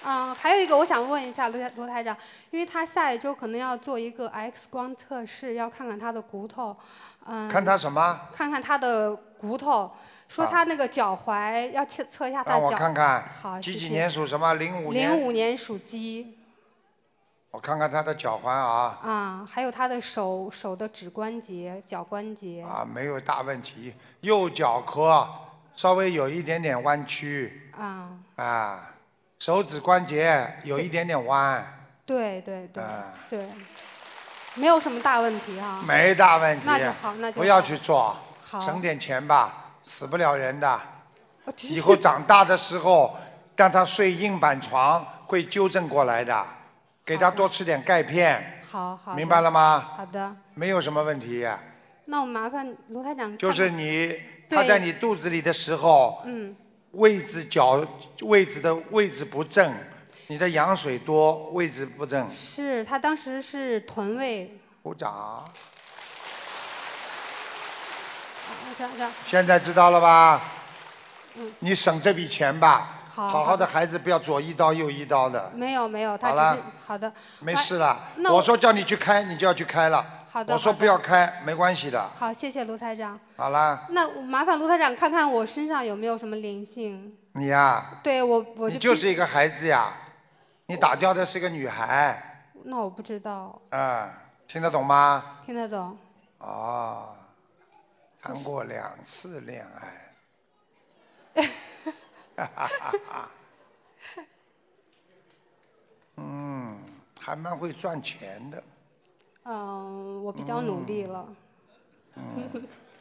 S10: 啊，还有一个我想问一下罗台罗台长，因为他下一周可能要做一个 X 光测试，要看看他的骨头，嗯，
S2: 看他什么？
S10: 看看他的骨头，说
S2: 啊
S10: 他那个脚踝要测测一下他
S2: 让
S10: 的脚。
S2: 我看看
S10: 好，，
S2: 几
S10: 谢
S2: 几
S10: 谢
S2: 年属什么？零五
S10: 零
S2: 年。
S10: 五年属鸡
S2: 我看看他的脚踝啊，
S10: 啊，还有他的手手的指关节、脚关节
S2: 啊，没有大问题，右脚科稍微有一点点弯曲
S10: 啊
S2: 啊，手指关节有一点点弯，
S10: 对对对、
S2: 啊
S10: 对，没有什么大问题哈、
S2: 没大问题。
S10: 那就好那就
S2: 不要
S10: 好
S2: 去做，
S10: 好哦
S2: 省点钱吧，死不了人的。
S10: 真
S2: 以
S10: 是
S2: 后长大的时候，让他睡硬板床会纠正过来的，给他多吃点钙片，
S10: 好好的，
S2: 明白了吗？
S10: 好的，
S2: 没有什么问题。
S10: 那我麻烦罗台长。
S2: 就是，你
S10: 对
S2: 他在你肚子里的时候，
S10: 嗯，
S2: 位置脚位置的位置不正，你的羊水多，位置不正。
S10: 是他当时是臀位，
S2: 鼓掌，
S10: 啊这样这样
S2: 现在知道了吧？
S10: 嗯，
S2: 你省这笔钱吧，
S10: 好
S2: 好
S10: 好
S2: 的孩子不要左一刀右一刀的，
S10: 没有没有，
S2: 好
S10: 他
S2: 了
S10: 只是好的，
S2: 没
S10: 完
S2: 事了。
S10: 哎那
S2: 我说叫你去开，你就要去开了。
S10: 好的
S2: 我说
S10: 好的
S2: 不要开，没关系的。
S10: 好，谢谢卢台长。
S2: 好啦，
S10: 那我麻烦卢台长看看我身上有没有什么灵性？
S2: 你呀，
S10: 对我我
S2: 你
S10: 就
S2: 就
S10: 必
S2: 是一个孩子呀，你打掉的是个女孩，
S10: 那我不知道，
S2: 嗯，听得懂吗？
S10: 听得懂？
S2: 哦，谈过两次恋爱。哈哈哈哈。 嗯，还蛮会赚钱的，
S10: 嗯，我比较努力了。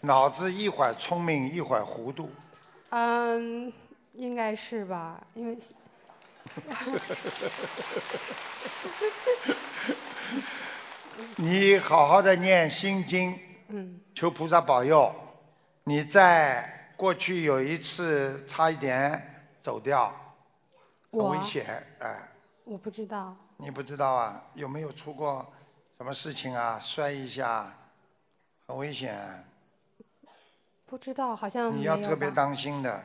S2: 脑子一会儿聪明一会儿糊涂。
S10: 嗯，应该是吧，因为
S2: 你好好的念心经，
S10: 嗯
S2: 求菩萨保佑。你在过去有一次差一点走掉，很
S10: 我
S2: 危险，哎。
S10: 我不知道，
S2: 你不知道啊？有没有出过什么事情啊？摔一下，很危险啊、
S10: 不知道，好像
S2: 你
S10: 没
S2: 要
S10: 有
S2: 特别
S10: 吧
S2: 当心的。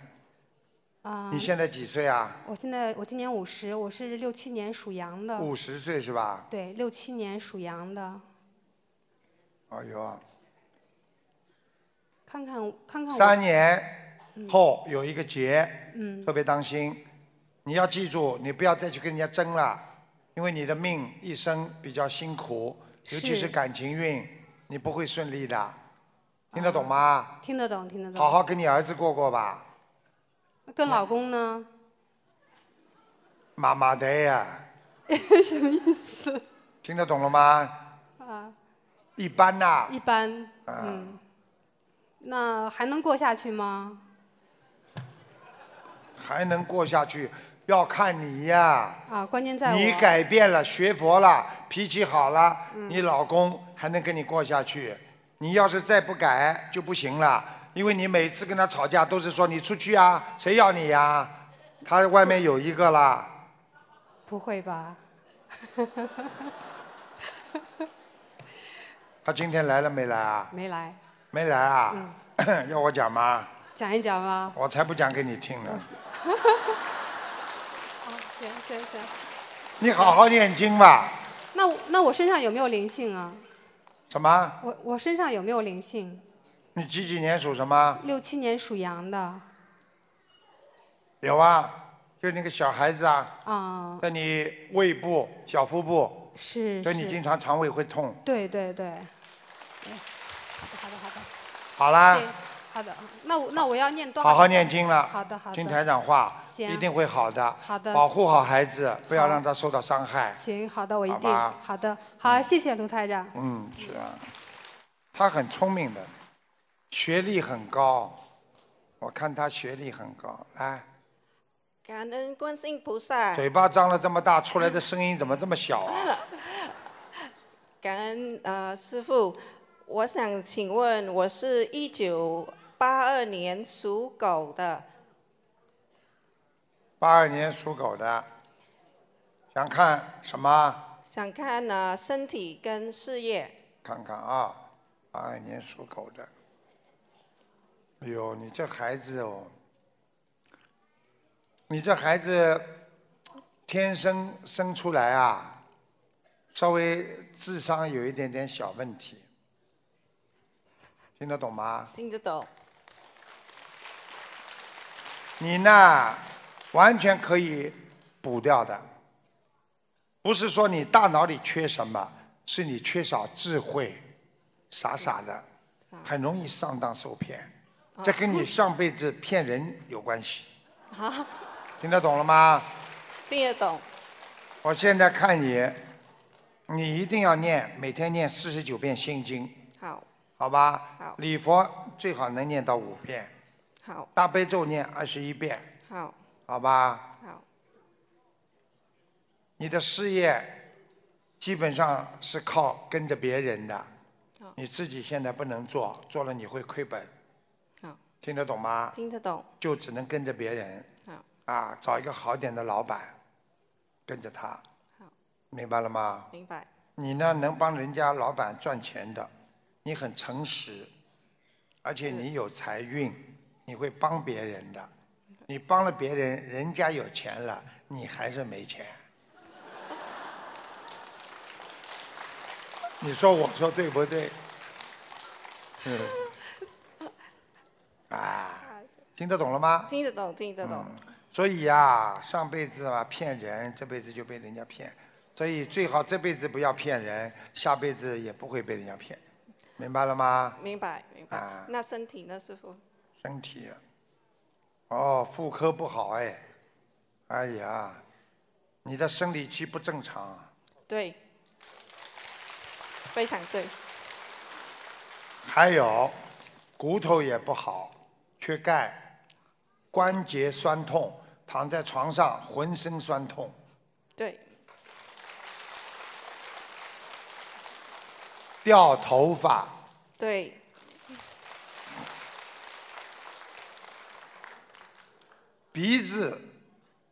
S10: 啊。
S2: 你现在几岁啊？
S10: 我现在我今年五十，我是六七年属羊的。
S2: 五十岁是吧？
S10: 对，六七年属羊的，
S2: 哎呦，
S10: 看看看看我。
S2: 三。年后有一个劫，
S10: 嗯
S2: 特别当心。你要记住，你不要再去跟人家争了，因为你的命一生比较辛苦，尤其是
S10: 是
S2: 感情运，你不会顺利的。听得懂吗？
S10: 听得懂，听哦得懂。
S2: 好好跟你儿子过过吧，
S10: 跟老公呢？
S2: 妈妈的呀、
S10: 什么意思？
S2: 听得懂了吗？
S10: 啊，
S2: 一般呐、
S10: 一般。
S2: 啊
S10: 嗯。那还能过下去吗？
S2: 还能过下去，要看你呀、
S10: 啊，关键在我。
S2: 你改变了，学佛了，脾气好了，
S10: 嗯
S2: 你老公还能跟你过下去。你要是再不改就不行了，因为你每次跟他吵架都是说你出去啊，谁要你呀、他外面有一个啦，
S10: 不会吧？
S2: 他今天来了没来啊？
S10: 没来，
S2: 没来啊？
S10: 嗯
S2: 要我讲吗？
S10: 讲一讲吧。
S2: 我才不讲给你听呢。
S10: 嗯啊，行行行。
S2: 你好好念经吧。
S10: 那我那我身上有没有灵性啊？
S2: 什么？
S10: 我我身上有没有灵性？
S2: 你几几年属什么？
S10: 六七年属羊的
S2: 有啊，就那个小孩子啊。
S10: 啊、
S2: 在你胃部、小腹部，
S10: 是
S2: 所以你
S10: 是
S2: 经常肠胃会痛。
S10: 对对对。对好的好的
S2: 好
S10: 好
S2: 啦
S10: 的，，好的，那我那我要念多少？
S2: 好好念经了，
S10: 好的好的。
S2: 听台长话，
S10: 行
S2: 一定会好的。
S10: 好的
S2: 保护好孩子，不要
S10: 好
S2: 让他受到伤害。
S10: 行，好的，我一
S2: 好
S10: 定
S2: 吧
S10: 好的，好，谢谢卢台长。
S2: 嗯，是啊，他很聪明的，学历很高，我看他学历很高。来，
S11: 感恩观世音菩
S10: 哎
S11: 萨，
S2: 嘴巴张了这么大，出来的声音怎么这么小啊？
S11: 感恩呃师傅，我想请问，我是一九八二年属狗的，
S2: 八二年属狗的，想看什么？
S11: 想看呢、身体跟事业。
S2: 看看啊，八二年属狗的。哎呦，你这孩子哦，你这孩子天生生出来啊，稍微智商有一点点小问题，听得懂吗？
S11: 听得懂。
S2: 你呢，完全可以补掉的。不是说你大脑里缺什么，是你缺少智慧，傻傻的，很容易上当受骗。
S11: 哦
S2: 这跟你上辈子骗人有关系，
S11: 好，
S2: 听得懂了吗？
S11: 听得懂。
S2: 我现在看你，你一定要念，每天念四十九遍心经，
S11: 好，
S2: 好吧？
S11: 好
S2: 礼佛最好能念到五遍，
S11: 好，
S2: 大悲咒念二十一遍，
S11: 好，
S2: 好吧？
S11: 好。
S2: 你的事业基本上是靠跟着别人的，你自己现在不能做，做了你会亏本。
S11: 好，
S2: 听得懂吗？
S11: 听得懂。
S2: 就只能跟着别人
S11: 好，
S2: 啊，找一个好点的老板，跟着他。明白了吗？
S11: 明白。
S2: 你呢，能帮人家老板赚钱的，你很诚实，而且你有财运，你会帮别人的。你帮了别人，人家有钱了，你还是没钱。你说我说对不对？嗯。啊，听得懂了吗？
S11: 听得懂，听得懂。
S2: 所以呀、上辈子嘛骗人，这辈子就被人家骗，所以最好这辈子不要骗人，下辈子也不会被人家骗，明白了吗？
S11: 明白，明白。
S2: 啊
S11: 那身体呢，师傅？
S2: 身体，哦，妇科不好哎，哎呀，你的生理期不正常，
S11: 对，非常对。
S2: 还有骨头也不好，缺钙，关节酸痛，躺在床上浑身酸痛。
S11: 对，
S2: 掉头发，
S11: 对，
S2: 鼻子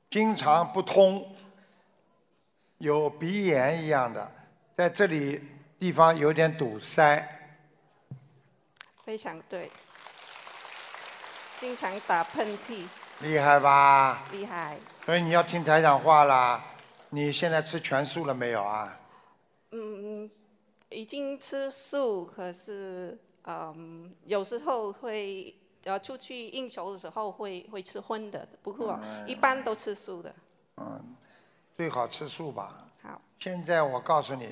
S2: 经常不通，有鼻炎一样的，在这里地方有点堵塞，
S11: 非常对。经常打喷嚏，
S2: 厉害吧？
S11: 厉害。
S2: 所以你要听台长话啦。你现在吃全素了没有啊？
S11: 嗯，已经吃素，可是嗯，有时候会呃出去应酬的时候会会吃荤的，不过
S2: 哎
S11: 一般都吃素的。
S2: 嗯，最好吃素吧。
S11: 好。
S2: 现在我告诉你，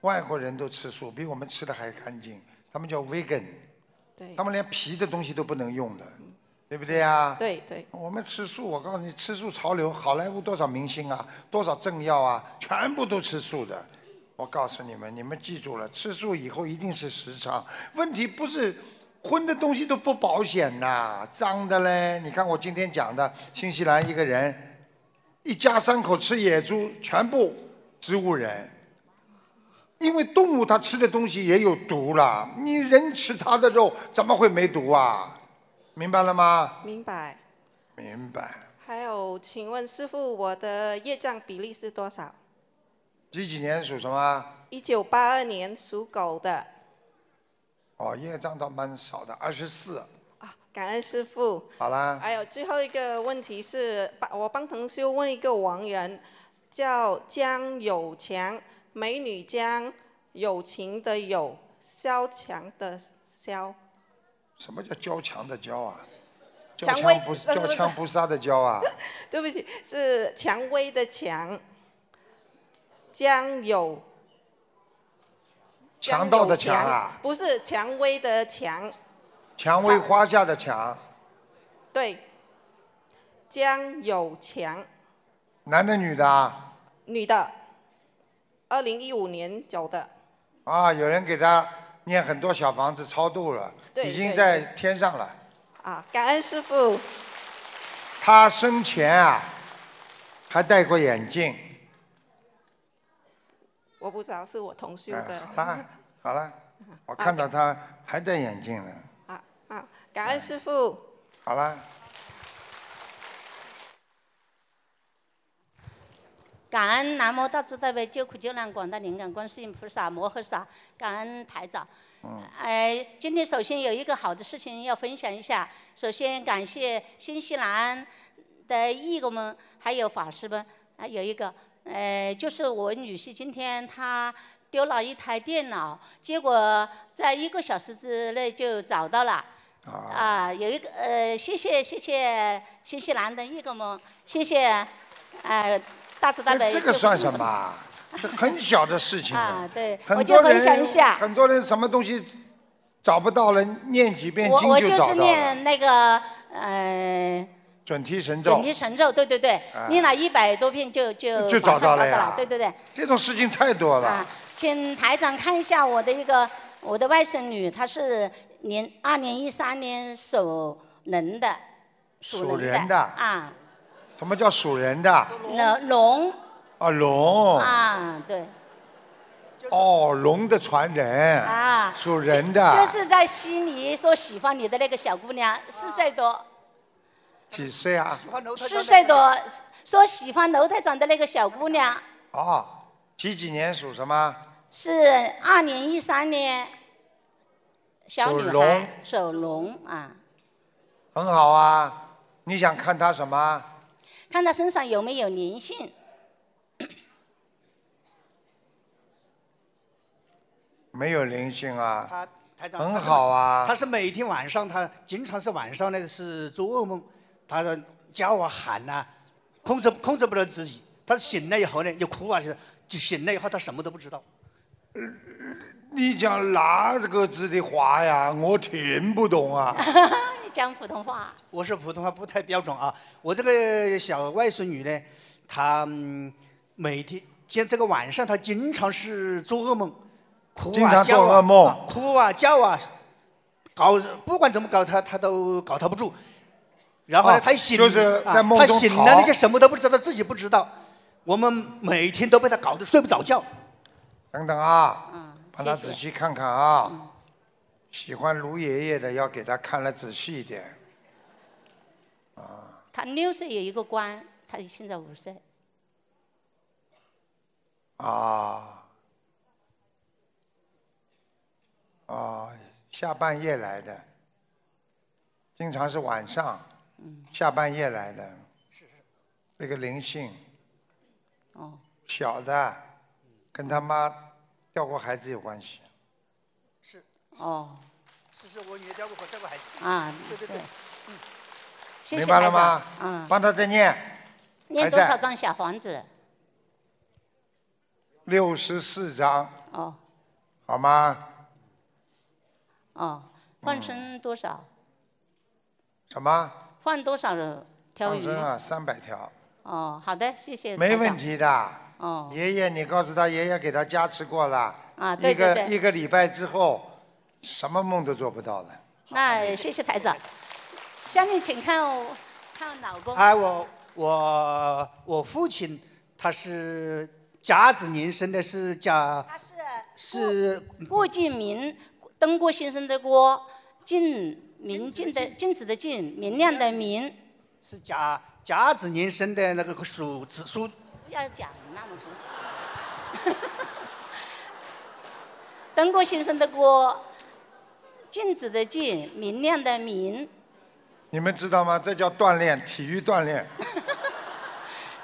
S2: 外国人都吃素，比我们吃的还干净。他们叫 vegan，
S11: 对嗯
S2: 他们连皮的东西都不能用的，对不对啊？
S11: 对对。
S2: 我们吃素，我告诉你，吃素潮流，好莱坞多少明星啊，多少政要啊，全部都吃素的。我告诉你们，你们记住了，吃素以后一定是时尚。问题不是荤的东西都不保险呐、脏的嘞。你看我今天讲的，新西兰一个人，一家三口吃野猪，全部植物人。因为动物它吃的东西也有毒了，你人吃它的肉怎么会没毒啊？明白了吗？
S11: 明白。
S2: 明白。
S11: 还有，请问师傅，我的业障比例是多少？
S2: 几几年属什么？
S11: 一九八二年属狗的，
S2: 哦，业障倒蛮少的，二十四。
S11: 感恩师傅。
S2: 好啦，
S11: 还有最后一个问题是，帮我帮腾修问一个王人，叫江有强，美女江，友情的友，萧强的萧，
S2: 什么叫交强的交啊？交
S11: 蔷
S2: 枪
S11: 薇
S2: 不
S11: 呃
S2: 交枪不杀的交啊？
S11: 对不起，是蔷薇的蔷，江有
S2: 强盗的强啊，
S11: 不是蔷薇的蔷，
S2: 蔷薇花下的蔷，
S11: 对，江有强，
S2: 男的女的啊？
S11: 女的，二零一五年走的，
S2: 啊，有人给他念很多小房子超度了，
S11: 对
S2: 已经
S11: 对
S2: 在
S11: 对
S2: 天上了。
S11: 啊，感恩师傅。
S2: 他生前啊，还戴过眼镜。
S11: 我不知道，是我同修的。
S2: 哎好啦， 好啦，我看到他还戴眼镜呢。
S11: 啊啊！感恩师傅。
S2: 好啦，
S12: 感恩南无大慈大悲救苦救难广大灵感观世音菩萨摩诃萨，感恩台长。哎，今天首先有一个好的事情要分享一下，首先感谢新西兰的义工们，还有法师们，啊，有一个，呃，就是我女婿今天他丢了一台电脑，结果在一个小时之内就找到了。啊，有一个呃，谢谢谢谢新西兰的义工们，谢谢，呃，大慈大悲。
S2: 哎这个算什么？啊？这很小的事情啊。
S12: 啊，对，我
S2: 很
S12: 就
S2: 多
S12: 分享一
S2: 人
S12: 下。
S2: 很多人什么东西找不到了，念几遍
S12: 我
S2: 经
S12: 我
S2: 就
S12: 就
S2: 找
S12: 是
S2: 到了。
S12: 念那个呃
S2: 准提神咒
S12: 准，提神咒，对对对，
S2: 啊
S12: 念了一百多遍就就
S2: 就
S12: 马
S2: 找
S12: 上找
S2: 到
S12: 到
S2: 了呀
S12: 对对对。
S2: 这种事情太多了
S12: 啊。，请台长看一下我的一个我的外甥女，她是年二零一三年属龙的，
S2: 属
S12: 龙
S2: 人的
S12: 啊，
S2: 什么叫属人的？
S12: 龙龙
S2: 啊，龙。
S12: 啊，对
S2: 哦，龙的传人。
S12: 啊，
S2: 属人
S12: 就
S2: 的。
S12: 是在悉尼说喜欢你的那个小姑娘，四岁多，
S2: 几岁啊？
S12: 四岁多说喜欢楼台长的那个小姑娘，
S2: 哦，几几年属什么？
S12: 是二零一三年小女孩，手龙啊，
S2: 很好啊。你想看他什么？
S12: 看她身上有没有灵性，
S2: 没有灵性啊。
S13: 他台长
S2: 很好啊
S13: 他是每天晚上，他经常是晚上呢是做噩梦，他说叫我喊呐、控制控制不了自己。他醒了以后呢，就哭啊，就就醒了以后他什么都不知道。
S2: 你讲哪个字的话呀？我听不懂啊。
S12: 讲普通话，
S13: 我是普通话不太标准啊。我这个小外孙女呢，她嗯每天像这个晚上，她经常是做噩梦，哭啊
S2: 经常做
S13: 叫啊
S2: 噩梦
S13: 啊哭啊叫啊，搞不管怎么搞她，她都搞她不住。然后呢，
S2: 哦
S13: 她一醒
S2: 就是
S13: 啊
S2: 在梦
S13: 她
S2: 中
S13: 醒
S2: 逃
S13: 了，你就什么都不知道，自己不知道。我们每天都被她搞得睡不着觉。
S2: 等等啊，帮他
S13: 嗯谢谢
S2: 仔细看看啊。喜欢卢爷爷的要给他看了仔细一点。
S12: 她六岁有一个官，她现在五岁，
S2: 啊啊，下半夜来的，经常是晚上，
S13: 嗯
S2: 下半夜来的，这个灵性，
S12: 哦，
S2: 小的，跟他妈掉过孩子有关系，
S12: 哦，
S13: 是是，我女儿教过我这个孩子
S12: 啊
S13: 对对对
S12: 对，
S13: 嗯，
S12: 谢谢
S2: 明白了
S12: 台
S2: 吗
S12: 长？嗯，
S2: 帮他再念，
S12: 念
S2: 还
S12: 多
S2: 在
S12: 少张小房子？
S2: 六十四章，
S12: 哦
S2: 好吗？
S12: 哦，换成多少？
S2: 什么？
S12: 换多少人挑
S2: 放
S12: 鱼？
S2: 生啊，三百条，
S12: 哦，好的，谢谢台
S2: 嗯没
S12: 长。
S2: 问题的。
S12: 哦，
S2: 爷爷，你告诉他，爷爷给他加持过了。
S12: 啊对
S2: 一个
S12: 对对
S2: 一个礼拜之后，什么梦都做不到了。
S12: 那谢谢台长。下面请看我看老公。
S2: 啊
S13: 哎，我我我父亲他是甲子年生的，是甲是
S12: 郭敬明，登郭先生的郭，敬明镜的镜子的镜，明亮的明。
S13: 是甲甲子年生的那个属子属
S12: 不要讲那么多。 登郭先生的郭，镜子的镜，明亮的明。
S2: 你们知道吗？这叫锻炼，体育锻炼。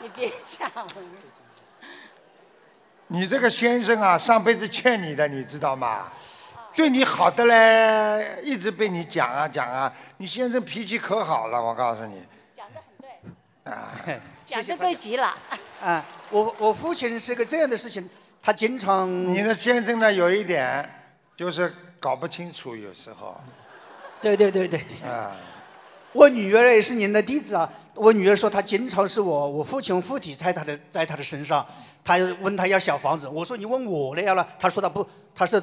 S12: 你别想，
S2: 你这个先生啊，上辈子欠你的，你知道吗？对你好的嘞，一直被你讲啊讲啊。你先生脾气可好了，我告诉你。啊
S12: 讲的对极了。
S13: 啊，我我父亲是个这样的事情，他经常
S2: 你的先生呢，有一点就是搞不清楚，有时候。
S13: 对对对对。
S2: 啊，
S13: 我女儿也是您的弟子啊。我女儿说她经常是我我父亲附体在她的在她的身上，她问她要小房子，我说你问我了要了，她说她不，她说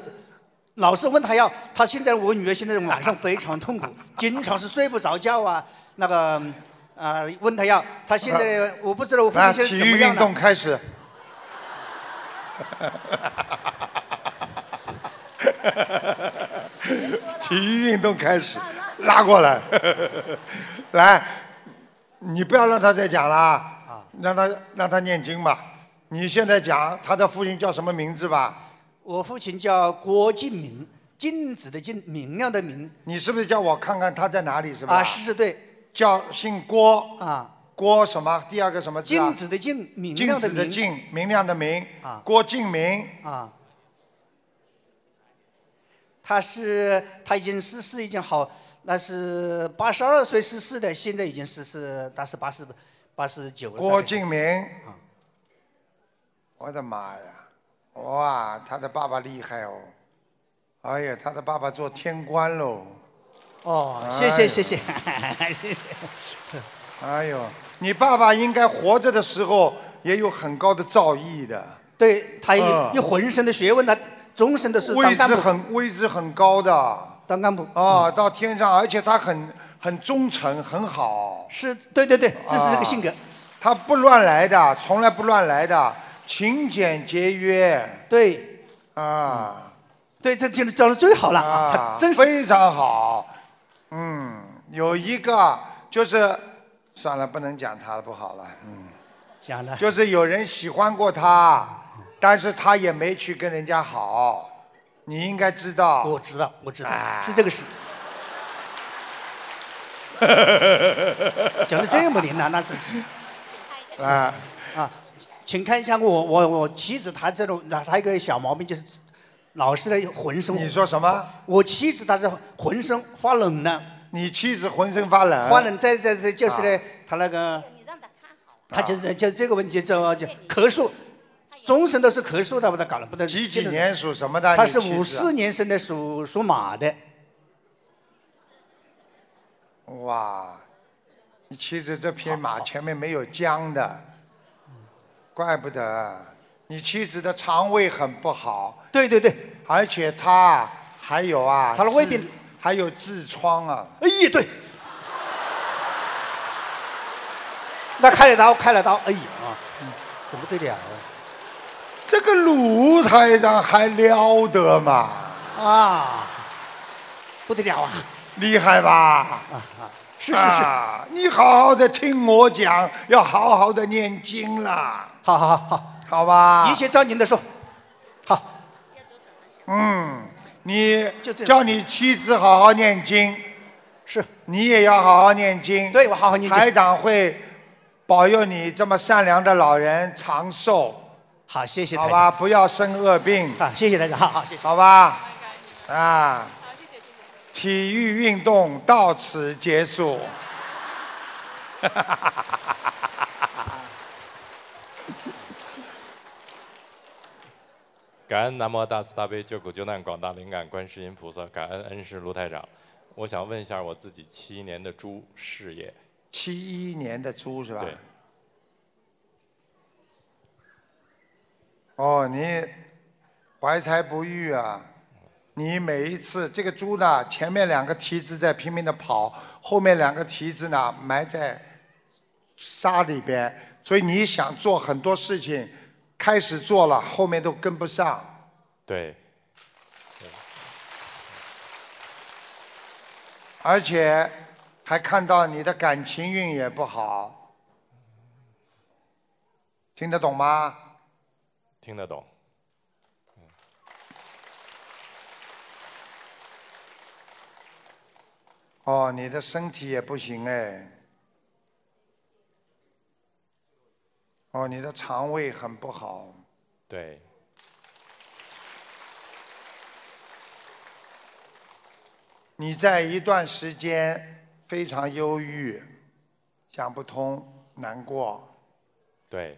S13: 老是问她要，她现在我女儿现在晚上非常痛苦，经常是睡不着觉啊，那个呃问她要，她 现在我不知道我父
S2: 来，
S13: 亲现在
S2: 体
S13: 怎么
S2: 育
S13: 样
S2: 运动
S13: 了。
S2: 开 始。体育运动开始，拉过来， 来，你不要让他再讲了，让他让他念经吧。你现在讲他的父亲叫什么名字吧？
S13: 我父亲叫郭敬明，禁止的禁，明亮的明。
S2: 你是不是叫我看看他在哪里是吧？
S13: 啊，是是对，
S2: 叫姓郭
S13: 啊，
S2: 郭什么？第二个什么字啊？
S13: 禁止的禁，明
S2: 禁
S13: 亮
S2: 止
S13: 的
S2: 的
S13: 明。
S2: 禁，明亮的明。
S13: 啊
S2: 郭敬明。
S13: 啊。他是他已经逝世，已经好，那是八十二岁逝世的，现在已经逝世，他是八十八十九了。
S2: 郭敬明。我的妈呀！哇，他的爸爸厉害哦！哎呀，他的爸爸做天官喽！
S13: 哦，
S2: 哎
S13: 谢
S2: 呦
S13: 谢谢谢谢谢。
S2: 哎呦，你爸爸应该活着的时候也有很高的造诣的，
S13: 对他有
S2: 嗯
S13: 有浑身的学问，他终身都是
S2: 位
S13: 当干
S2: 置
S13: 部。
S2: 很位置很高的。
S13: 当干部。
S2: 啊，到天上，而且他很很忠诚，很好。啊
S13: 是，对对对，这是这个性格。
S2: 他不乱来的，从来不乱来的，勤俭节约。
S13: 对。
S2: 啊。
S13: 对，这听讲的最好了，
S2: 啊
S13: 他真是
S2: 非常好。嗯，有一个就是，算了，不能讲他了，不好了。嗯，
S13: 讲了。
S2: 就是有人喜欢过他，但是他也没去跟人家好，你应该知道。啊我
S13: 知道，我知道，是这个事。 讲的这么灵呢、那真是。
S2: 啊
S13: 啊，请看一下我我我妻子她这种，她她一个小毛病就是老是的浑身。
S2: 你说什么？
S13: 我妻子她是浑身发冷呢。
S2: 你妻子浑身发冷
S13: 发冷在在在就是呢
S2: 啊，
S13: 她那个。她就是就这个问题就就咳嗽，终身都是咳嗽的，把她搞了，不能。
S2: 几几年属什么的？
S13: 她是
S2: 你妻子啊
S13: 五四。年生的，属属马的。
S2: 哇，你妻子这匹马前面没有缰的，怪不得啊你妻子的肠胃很不好。
S13: 对对对，
S2: 而且她还有啊，
S13: 她的胃
S2: 痔
S13: 病
S2: 还有痔疮啊。
S13: 哎呀，对。那开了刀，开了刀，哎呀啊，嗯怎么对啊的呀？
S2: 这个鲁台长还了得嘛，
S13: 啊，不得了啊！
S2: 厉害吧？
S13: 是是是
S2: 啊你好好的听我讲，要好好的念经啦。
S13: 好好好好，
S2: 好吧。
S13: 一切照您的说。
S2: 嗯，你
S13: 这样
S2: 叫你妻子好好念经，
S13: 是，
S2: 你也要好好念经。
S13: 对，我好好念经
S2: 台长会保佑你这么善良的老人长寿。
S13: 好，谢谢
S2: 好
S13: 台
S2: 吧，
S13: 长
S2: 不要生恶病。
S13: 啊，谢谢大家，好好谢谢。
S2: 好吧，啊，体育运动到此结束。
S14: 感恩南无大慈大悲救苦救难广大灵感观世音菩萨，感恩恩师卢台长。我想问一下我自己七年的猪事业，
S2: 七一年的猪是吧？
S14: 对。
S2: 哦，你怀才不遇啊！你每一次这个猪呢，前面两个蹄子在拼命的跑，后面两个蹄子呢埋在沙里边，所以你想做很多事情，开始做了，后面都跟不上。
S14: 对，
S2: 而且还看到你的感情运也不好，听得懂吗？
S14: 听得懂。
S2: 哦，你的身体也不行哎。哦，你的肠胃很不好，
S14: 对，
S2: 你在一段时间非常忧郁，想不通，难过。
S14: 对，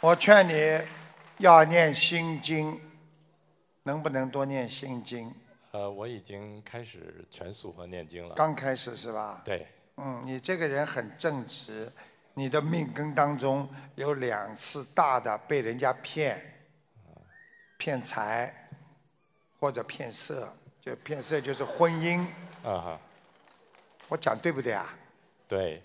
S2: 我劝你要念心经，能不能多念心经？
S14: 呃，我已经开始全素和念经了。
S2: 刚开始是吧？
S14: 对，
S2: 嗯，你这个人很正直，你的命根当中有两次大的被人家骗，骗财或者骗色，就骗色就是婚姻。
S14: 啊哈，
S2: 我讲对不对啊？
S14: 对，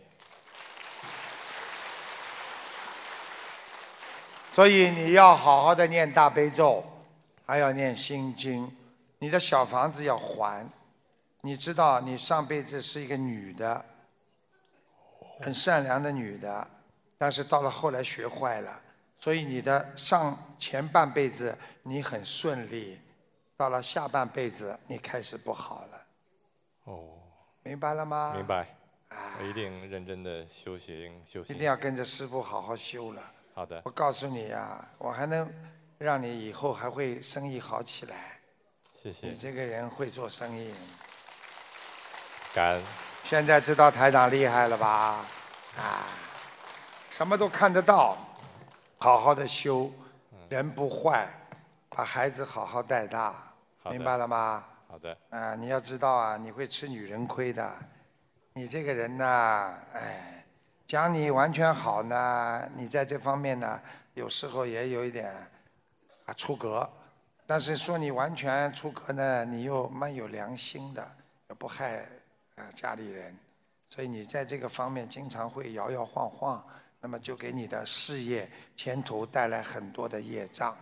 S2: 所以你要好好的念大悲咒，还要念心经，你的小房子要还。你知道，你上辈子是一个女的，很善良的女的，但是到了后来学坏了，所以你的上前半辈子你很顺利，到了下半辈子你开始不好了。
S14: 哦，
S2: 明白了吗？
S14: 明白，我一定认真的修行修
S2: 啊一
S14: 行。
S2: 定要跟着师傅好好修了。
S14: 好的
S2: 我，告诉你呀、我还能让你以后还会生意好起来。
S14: 谢谢
S2: 你，这个人会做生意，
S14: 感恩。
S2: 现在知道台长厉害了吧？啊，什么都看得到，好好的修，
S14: 嗯
S2: 人不坏，把孩子好好带大，
S14: 好的
S2: 明白了吗？
S14: 好的，
S2: 啊，你要知道啊，你会吃女人亏的。你这个人呐、哎，讲你完全好呢，你在这方面呢，有时候也有一点啊出格。但是说你完全出格呢，你又蛮有良心的，又不害啊家里人，所以你在这个方面经常会摇摇晃晃，那么就给你的事业前途带来很多的业障，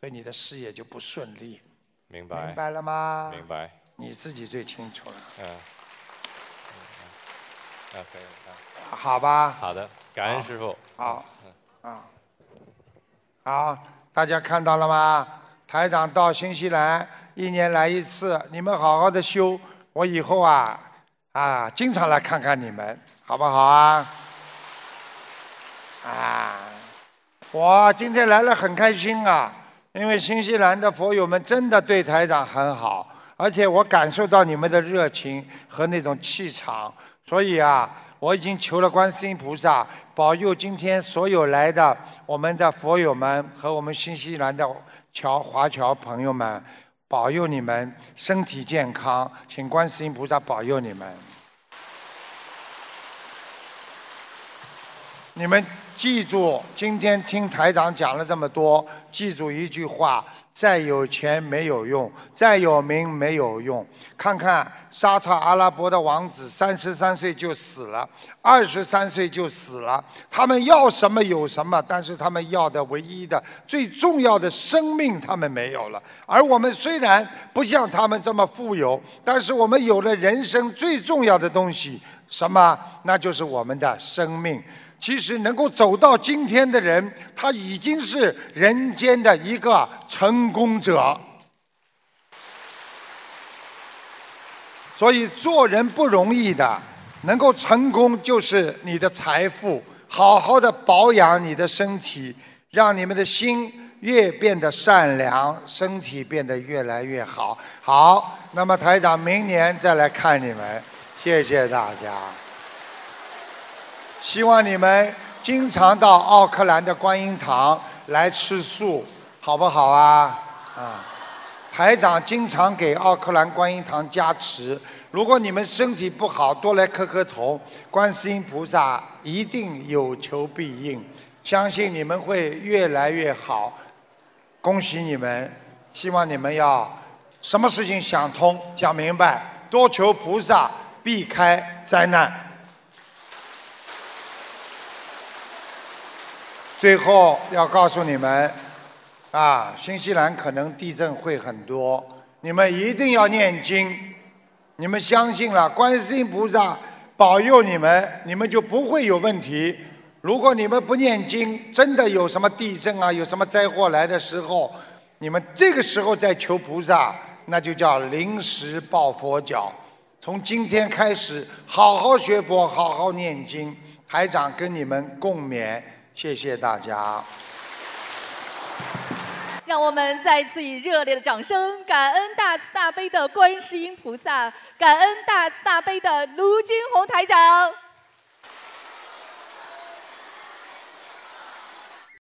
S2: 所以你的事业就不顺利。
S14: 明白，
S2: 明白了吗
S14: 明白，
S2: 你自己最清楚了，
S14: 嗯，嗯嗯啊，可以，啊，
S2: 好吧？
S14: 好的，感恩师傅。嗯
S2: 好，啊，好，大家看到了吗？台长到新西兰一年来一次，你们好好的修，我以后啊啊经常来看看你们，好不好啊？啊，我今天来了很开心啊，因为新西兰的佛友们真的对台长很好，而且我感受到你们的热情和那种气场，所以啊，我已经求了观世音菩萨保佑今天所有来的我们的佛友们和我们新西兰的侨华侨朋友们，保佑你们身体健康，请观世音菩萨保佑你们。你们记住，今天听台长讲了这么多，记住一句话：再有钱没有用，再有名没有用。看看沙特阿拉伯的王子，三十三岁就死了，二十三岁就死了。他们要什么有什么，但是他们要的唯一的、最重要的生命，他们没有了。而我们虽然不像他们这么富有，但是我们有了人生最重要的东西，什么？那就是我们的生命。其实能够走到今天的人，他已经是人间的一个成功者。所以做人不容易的，能够成功就是你的财富。好好的保养你的身体，让你们的心越变得善良，身体变得越来越好。好，那么台长明年再来看你们，谢谢大家。希望你们经常到奥克兰的观音堂来吃素，好不好啊？啊，台长经常给奥克兰观音堂加持。如果你们身体不好，多来磕磕头，观世音菩萨一定有求必应，相信你们会越来越好。恭喜你们，希望你们要什么事情想通、想明白，多求菩萨避开灾难。最后要告诉你们，啊，新西兰可能地震会很多，你们一定要念经。你们相信了观世音菩萨保佑你们，你们就不会有问题。如果你们不念经，真的有什么地震啊，有什么灾祸来的时候，你们这个时候再求菩萨，那就叫临时抱佛脚。从今天开始，好好学佛，好好念经。台长跟你们共勉，谢谢大家。
S1: 让我们再次以热烈的掌声，感恩大慈大悲的观世音菩萨，感恩大慈大悲的卢军红台长。